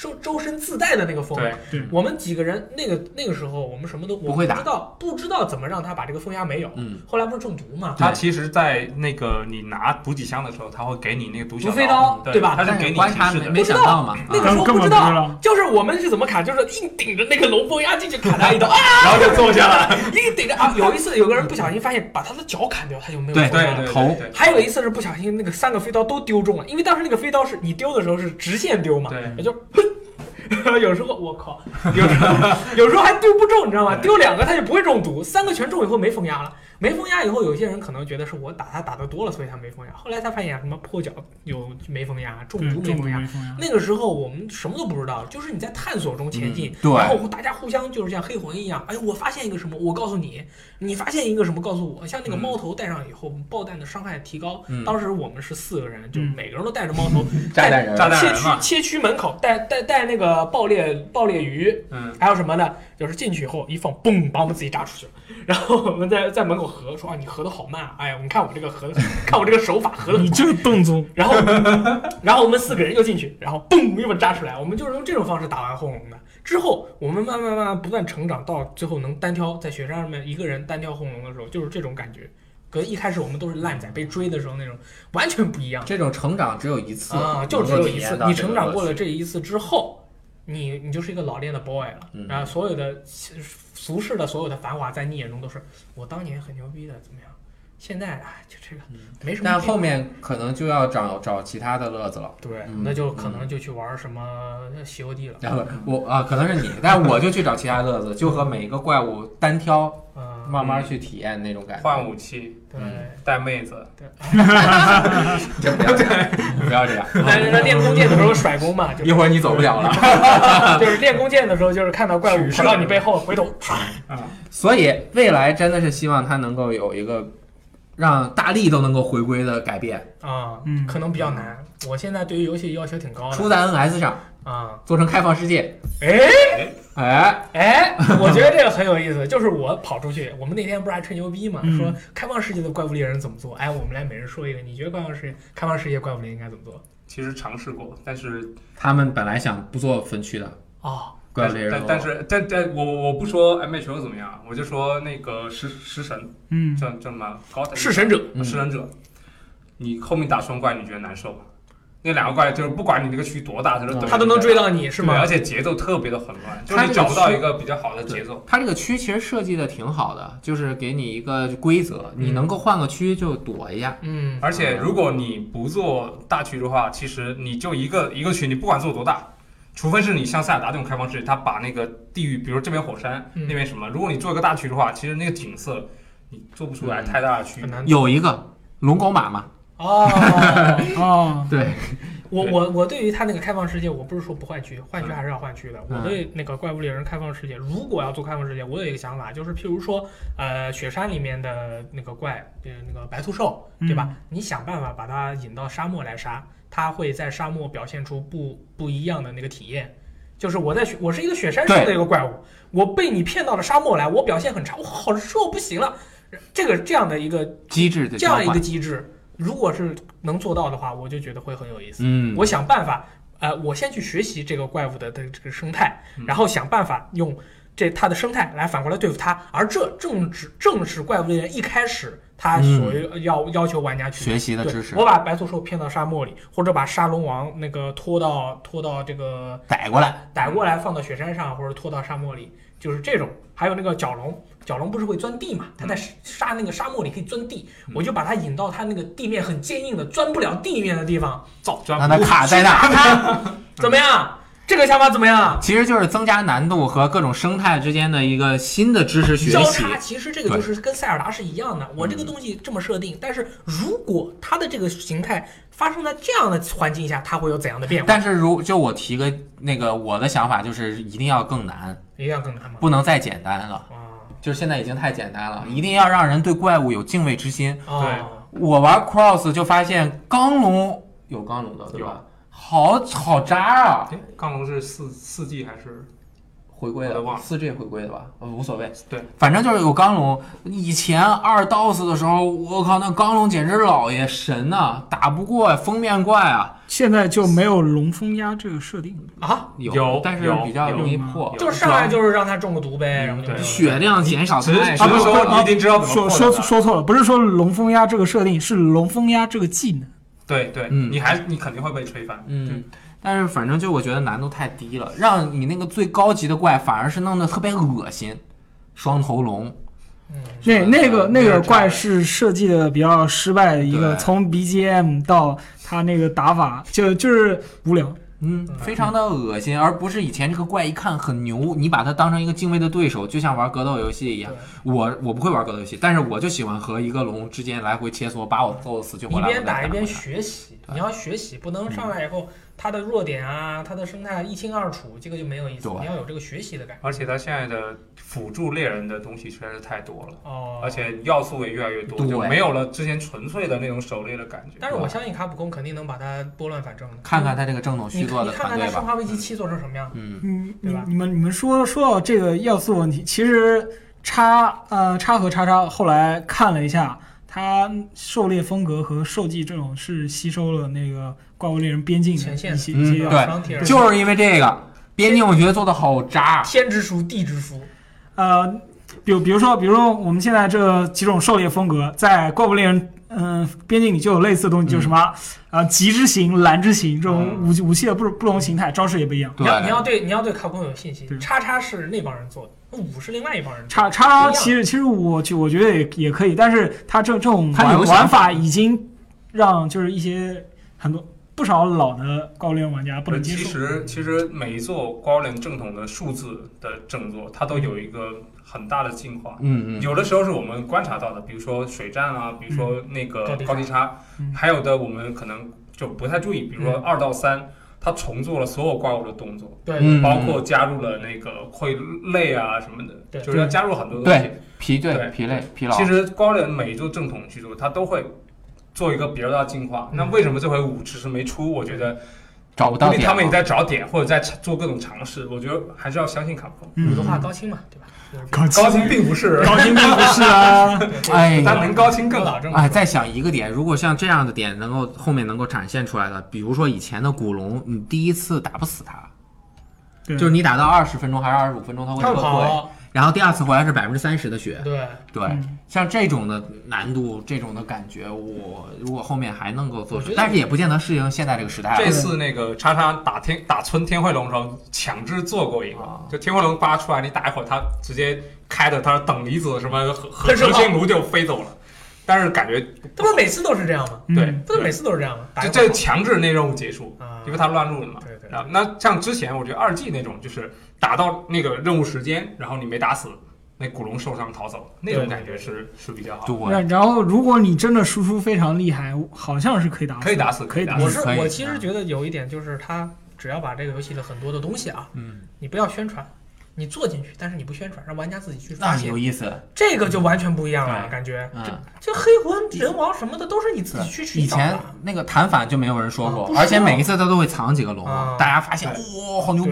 D: 周周身自带的那个风。
B: 对，
D: 我们几个人那个那个时候我们什么都我
A: 不会
D: 不
A: 打
D: 知道不知道怎么让他把这个风压没有。
A: 嗯，
D: 后来不是中毒嘛，啊
B: 它其实，在那个你拿补给箱的时候，它会给你那个毒小嗯
D: 毒飞刀
B: 对
D: 对吧
B: 它是
A: 但
B: 给
A: 是
B: 你
A: 观察
B: 提
A: 没
B: 示的。
A: 没想到嘛，
D: 那
A: 啊
D: 个时候
E: 根本
D: 不
E: 不
D: 知
E: 知
D: 道
E: 道，
D: 就是我们是怎么卡，就是硬顶着那个龙风压进去砍他一刀，
B: 然后就坐下了。
D: 硬顶着啊！有一次有个人不小心发现把他的脚砍掉，他就没有
A: 对
D: 风压了
B: 对对
A: 头
B: 对
D: 还有一次是不小心那个三个飞刀都丢中了，因为当时那个飞刀是你丢的时候是直线丢嘛，
B: 对
D: 也就 然后有时候我靠，有时候 有时候还丢不中，你知道吗？丢两个他就不会中毒，三个全中以后没封压了，没封压以后，有些人可能觉得是我打他打的多了，所以他没封压。后来才发现什么破脚有没封压，中毒没
E: 中
D: 封
E: 国
D: 压
E: 没，封呀。
D: 那个时候我们什么都不知道，就是你在探索中前进，
A: 嗯对
D: 然后大家互相就是像黑魂一样，哎，我发现一个什么，我告诉你，你发现一个什么，告诉我。像那个猫头戴上以后，爆弹的伤害提高。
A: 嗯
D: 当时我们是四个人，就
E: 嗯
D: 每个人都带着猫头，
A: 炸弹人
B: 炸弹
D: 切
B: 人
D: 区
B: 嘛
D: 切区门口带带带那个爆裂爆裂鱼，
B: 嗯，
D: 还有什么呢？就是进去以后一放，嘣，把我们自己炸出去了。然后我们在在门口合说啊，你合的好慢啊，哎呀，你看我这个合的， 看我这个手法合的
E: 你这个动作，
D: 然后，然后我们四个人又进去，然后嘣又把它扎出来。我们就是用这种方式打完轰龙的。之后，我们慢慢慢慢不断成长，到最后能单挑在雪山上面一个人单挑轰龙的时候，就是这种感觉，跟一开始我们都是烂仔被追的时候那种完全不一样
A: 这种成长只有一次
D: 啊！就是只有一次，你成长过了
A: 了，
D: 这一次之后，你你就是一个老练的 boy 了。
A: 嗯
D: 然后所有的俗世的所有的繁华，在你眼中都是我当年很牛逼的，怎么样？现在哎，就这个没什么变
A: 但
D: 化。
A: 后面可能就要找找其他的乐子了。
D: 对，
A: 嗯
D: 那就可能就去玩什么西游记了。
A: 然后我啊，可能是你，但我就去找其他乐子，就和每一个怪物单挑，
D: 嗯，
A: 慢慢去体验那种感觉。
B: 换武器，
D: 对，
E: 嗯
B: 带妹子，
A: 这不要这 样，不要这样，啊
D: 但是那练弓箭的时候甩弓嘛，就
A: 一
D: 是
A: 会儿你走不了 了。啊
D: 就是练弓箭的时候，就是看到怪物
B: 取
D: 跑
B: 胜
D: 到你背后，回头唰，
A: 所以未来真的是希望它能够有一个让大力都能够回归的改变，
D: 啊，
E: 嗯
D: 可能比较难。我现在对于游戏要求挺高
A: 出
D: 的
A: 在 NS 上，
D: 啊。
A: 做成开放世界。
D: 哎
A: 哎，
D: 哎，我觉得这个很有意思。就是我跑出去，我们那天不是还吹牛逼嘛，
E: 嗯
D: 说开放世界的怪物猎人怎么做？哎，我们来每人说一个，你觉得开放世界开放世界怪物猎人应该怎么做？
B: 其实尝试过，但是
A: 他们本来想不做分区的
D: 哦，
A: 怪
B: 但
A: 物猎
B: 是
A: 人
B: 但
A: 哦，
B: 但是但但我我不说 M H O 怎么样，我就说那个食食神
E: 嗯，
B: 叫叫什么高
D: 弑神者
A: 嗯
B: 食神者，你后面打双怪你觉得难受吗？那两个怪就是不管你那个区多大，就是
A: 嗯
D: 他都能追到你是
B: 是
D: 吗
A: 啊
B: 而？且节奏特别的混乱，就
A: 他
B: 是
A: 这个
B: 你找不到
A: 区
B: 一个比较好的节奏。
A: 哦它这个区其实设计的挺好的，就是给你一个规则，你
B: 嗯
A: 能够换个区就躲一下。
D: 嗯，
B: 而且如果你不做大区的话，其实你就一个一个区，你不管做多大，除非是你像塞尔达这种开放式，它把那个地域，比如这边火山，
D: 嗯
B: 那边什么，如果你做一个大区的话，其实那个景色你做不出来
A: 嗯
B: 太大的区域
D: 很。难
A: 有一个龙狗马嘛，
D: 哦，
E: 哦，
A: 对，
D: 我
B: 对
D: 我我对于他那个开放世界，我不是说不换区，换区还是要换区的。
A: 嗯
D: 我对那个怪物猎人开放世界，如果要做开放世界，我有一个想法，就是譬如说，呃，雪山里面的那个怪，呃，那个白兔兽，对
A: 嗯
D: 吧？你想办法把它引到沙漠来杀，它会在沙漠表现出不不一样的那个体验。就是我在雪，我是一个雪山上的
A: 对
D: 一个怪物，我被你骗到了沙漠来，我表现很差，我好热，不行了。这个这样的一个
A: 机制的
D: 这
A: 交
D: 样一个
A: 换。
D: 机制，如果是能做到的话，我就觉得会很有意思。
A: 嗯，
D: 我想办法，呃，我先去学习这个怪物的的这个生态，
A: 嗯
D: 然后想办法用这它的生态来反过来对付它，而这正是正是怪物猎人一开始他所要要求玩家去
A: 嗯学习的
D: 对
A: 知识
D: 我把白兔兽骗到沙漠里，或者把沙龙王那个拖到拖到这个
A: 逮过来，
D: 逮过来放到雪山上，或者拖到沙漠里，就是这种。还有那个角龙，角龙不是会钻地嘛？它在沙沙那个沙漠里可以钻地，
A: 嗯
D: 我就把它引到它那个地面很坚硬的、钻不了地面的地方，造
B: 钻
A: 让它卡在那儿。
D: 啊怎么样？这个想法怎么样？
A: 其实就是增加难度和各种生态之间的一个新的知识学
D: 交
A: 习。
D: 叉其实这个就是跟塞尔达是一样的，我这个东西这么设定，但是如果它的这个形态发生在这样的环境下，它会有怎样的变化？
A: 但是如就我提个那个我的想法，就是一定要更难，
D: 一定要更难吗？
A: 不能再简单了。
D: 啊
A: 就是现在已经太简单了，一定要让人对怪物有敬畏之心。
D: 啊！
A: 我玩 Cross 就发现钢龙有钢龙的对吧？好好渣啊！
B: 哎，钢龙是四四 G 还是？
A: 回归
B: 我
A: 的
B: 都忘了
A: 四 G 回归的吧，呃无所谓。
B: 对，
A: 反正就是有钢龙。以前二 DOS 的时候，我靠，那钢龙简直老爷神呐、打不过呀封面怪啊，
E: 现在就没有龙风压这个设定了。
D: 啊，
B: 有
A: 但是
B: 有
A: 比较容易破
B: 有，
D: 就是上来就是让它中个毒呗，然后就
B: 对
A: 嗯血量减少
B: 只是
A: 太
B: 只
A: 少
B: 是
A: 了。
B: 说你已经知道怎么破
E: 说
B: 了
E: 说说错了，不是说龙风压这个设定，是龙风压这个技能。
B: 对对，
A: 嗯
B: 你还你肯定会被吹翻。
A: 嗯，但是反正就我觉得难度太低了，让你那个最高级的怪反而是弄得特别恶心，双头龙。
E: 那
A: 是
E: 那个那
A: 那个
E: 个怪是设计的比较失败的一个，
A: 对
E: 从 BGM 到它那个打法就就是无聊，
A: 嗯，非常的恶心，而不是以前这个怪一看很牛，你把它当成一个敬畏的对手，就像玩格斗游戏一样。我我不会玩格斗游戏，但是我就喜欢和一个龙之间来回切磋，把我揍得死去活
D: 一
A: 来。
D: 边
A: 我再
D: 打一边
A: 回来
D: 学习，
A: 对
D: 你要学习，不能上来以后它的弱点啊、它的生态一清二楚，这个就没有意思。
A: 对
D: 你要有这个学习的感觉。
B: 而且它现在的辅助猎人的东西实在是太多了，
D: 哦，
B: 而，且要素也越来越多，
A: 对
B: 就没有了之前纯粹的那种狩猎的感觉。
D: 但是我相信卡普空肯定能把它拨乱反正的。
A: 看看他这个正统
D: 你
A: 虚
D: 看
A: 做
D: 你
A: 的
D: 看
A: 团
D: 看它
A: 队
D: 《生
A: 吧。
D: 化危机七》做成什么样？
A: 嗯，
E: 嗯，
D: 对
E: 你
D: 吧
E: 你们你们说说到这个要素问题，其实叉呃叉和叉叉后来看了一下，它狩猎风格和兽技这种是吸收了那个怪物猎人边境的
D: 前线
E: 一些
A: 嗯
E: 一些要素
A: 对
D: 双铁
A: 就是因为这个边境，我觉得做的好渣。
D: 天之书、地之书，
E: 呃，比如比如说比如说我们现在这几种狩猎风格，在怪物猎人嗯、呃边境里就有类似的东西，就是什么啊、呃极之型、蓝之型这种武器武器的不不同形态，招式也不一样。
D: 你要你
A: 对，
D: 要对你要对卡普空有信心。
E: 对
D: 叉叉是那帮人做的，五是另外一帮人做的。
E: 叉叉其实其实我就我觉得也也可以，但是它这这种
A: 它
E: 玩
A: 流行
E: 玩法已经让就是一些很多不少老的高龄玩家不能接
B: 呃其
E: 受。
B: 实其实每一座 Goblin 正统的数字的正作，它都有一个很大的进化。
A: 嗯嗯，
B: 有的时候是我们观察到的，比如说水战啊，比如说那
D: 嗯高
B: 个
D: 低差
B: 高低差，
E: 嗯
B: 还有的我们可能就不太注意，比如说二到三，它重做了所有怪物的动作，
D: 对，
A: 嗯
B: 包括加入了那个会累啊什么的，
D: 对
B: 就是要加入很多东西
A: 对。疲
B: 对
A: 倦、疲累、疲劳
B: 其。实高人每一座正统巨作，它都会做一个比较大的进化。那为什么这回五迟迟没出？我觉得
A: 找不
B: 因
A: 到
B: 为
A: 点
B: 他们也
A: 了。
B: 在找点，或者在做各种尝试。我觉得还是要相信卡普空。
D: 有的
E: 嗯，
D: 话高清嘛，对吧？
E: 高
B: 高清并不是，
E: 高清并不是啊，
A: 哎
B: 但
A: 呀，
B: 能高清更好。
D: 老这么
A: 哎，
D: 说。
A: 再想一个点，如果像这样的点能够后面能够展现出来的，比如说以前的古龙，你第一次打不死他，
E: 对
A: 就是你打到二十分钟还是二十五分钟，他会
D: 他
A: 撤
D: 们
A: 退，
D: 跑，
A: 然后第二次回来是百分之三十的血。
D: 对，
A: 对，
E: 嗯
A: 像这种的难度，这种的感觉，我如果后面还能够做
D: 我觉
A: 出
D: 得，
A: 但是也不见得适应现在这个时代
B: 这
A: 了。
B: 次那个叉叉打天打村天慧龙的时候，强制做过一个
A: 啊，
B: 就天慧龙扒出来，你打一会儿，它直接开的，它等离子什么核核
D: 喷射炮
B: 核心炉就飞走了。但是感觉
D: 他不每次都是这样吗？
E: 嗯
B: 对
D: 不是每次都是这样吗？打
B: 这
D: 一
B: 这
D: 会
B: 强制那任务结束，
D: 儿啊，
B: 因为他乱入了嘛。
D: 对对对
B: 然后那像之前我觉得二 G 那种，就是打到那个任务时间，然后你没打死，那古龙受伤逃走，那种感觉是是比较好的，
A: 对，
E: 然然后如果你真的输出非常厉害，好像是可以打死，
B: 可以打死，
E: 可以打
B: 死
D: 我。是
A: 可以啊
D: 我其实觉得有一点就是他只要把这个游戏的很多的东西啊，
A: 嗯，
D: 你不要宣传，你做进去，但是你不宣传，让玩家自己去发
A: 那
D: 现
A: 有，意思。
D: 这个就完全不一样了，
A: 对
D: 感觉
A: 嗯，
D: 这黑魂、人王什么的都是你自己去
A: 以
D: 去找
A: 前
D: 的。
A: 那个弹反就没有人说
D: 啊
A: 过
D: 不，说
A: 而且每一次他都会藏几个龙
D: 啊，
A: 大家发现
B: 对
A: 哇，好牛
D: 对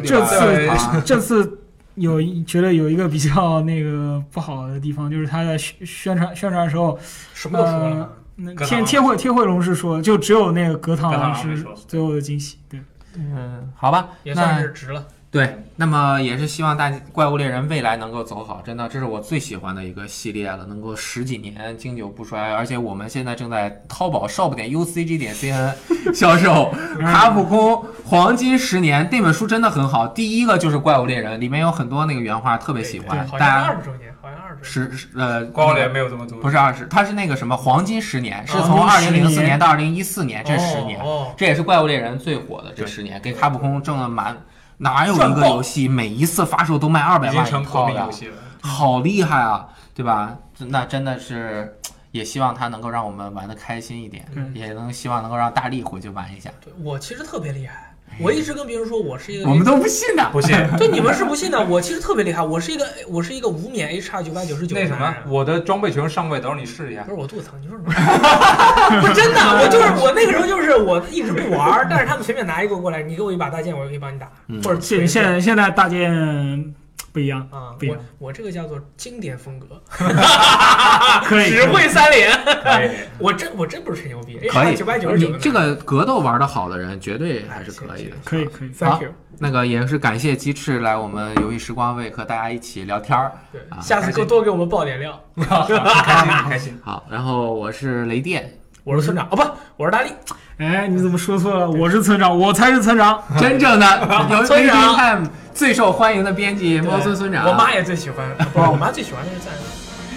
A: 逼！对
D: 对
A: 吧
E: 这次
A: 啊
E: 这次有一觉得有一个比较那个不好的地方，就是他在宣宣传宣传的时候，
D: 什么都说了
E: 呃。那
B: 格
E: 天
B: 堂
E: 天慧天慧龙是说，就只有那个格堂
B: 格堂
E: 王
B: 王没
E: 是
B: 说
E: 最后的惊喜。对，
A: 嗯，好吧，
D: 也算
A: 那
D: 是值了，
A: 对，那么也是希望大家怪物猎人未来能够走好，真的，这是我最喜欢的一个系列了，能够十几年经久不衰。而且我们现在正在淘宝 shop 点 ucg 点 cn 销售《卡普空黄金十年》那本书，真的很好。第一个就是《怪物猎人》，里面有很多那个原画特别喜欢，
D: 好
A: 大
D: 像
A: 家
D: 二十周年，好像二十，
A: 十十呃
B: 光荣联没有这么多，
A: 不是二十，它是那个什么黄金十年，是
D: 哦
A: 从二零零
E: 10
A: 四
E: 年
A: 年到二零一四年这十年，
D: 哦，
A: 这也是怪物猎人最火的这
B: 对
A: 十年，给卡普空挣了满。哪有一个游戏每一次发售都卖二
B: 已
A: 百
B: 经
A: 万
B: 成
A: 一
B: 国
A: 套
B: 民游
A: 的？
B: 戏了。
A: 好厉害啊，对吧？那真的是，也希望它能够让我们玩的开心一点，
E: 嗯
A: 也能希望能够让大力回去玩一下。
D: 对我其实特别厉害，我一直跟别人说我是一个
A: 哎我们都不信的，
B: 不信
D: 对，你们是不信的，我其实特别厉害，我是一个我是一个无冕 HR 九百九十九
B: 那什么，我的装备全是上位，等会儿你试一下
D: 不。是我肚子疼，你说什么？ 不是真的，我就是我那个时候就是我一直不玩儿，但是他们随便拿一个过来，你给我一把大剑，我就可以帮你打，
A: 嗯
D: 或者
E: 现现
D: 在
E: 在现在大剑不一样，
D: 啊，
E: 不一
D: 我
E: 样
D: 我这个叫做经典风格，
B: 啊
E: 可以
D: 只会三连，
B: 可以，
D: 我真我真不是吹牛逼
A: 可以
D: ，HR 九百九十九
A: 你这个格斗玩的好的人，绝对还是可以的。
E: 可以可以。
D: ，Thank you，
A: 那个也是感谢鸡翅来我们游戏时光位和大家一起聊天儿。
D: 对，
A: 啊
D: 下次
B: 开心
D: 多多给我们爆点料。
B: 开心开心。
A: 好，然后我是雷电，
D: 我是村长哦，不，我是大力，
E: 哎，你怎么说错了？我是村长，我才是村 长。
A: 真正的由
D: 村
A: a
D: 长
A: d Time 最受欢迎的编辑猫哦村村长。
D: 我妈也最喜欢，不是我妈最喜欢的是赞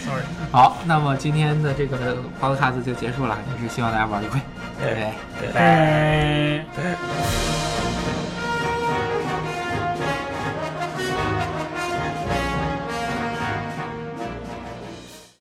D: ，sorry。
A: 好，那么今天的这个
B: 哎
D: 哎
A: podcast 就结束了，也是希望大家玩儿愉快，拜拜。
E: 哎。
D: 对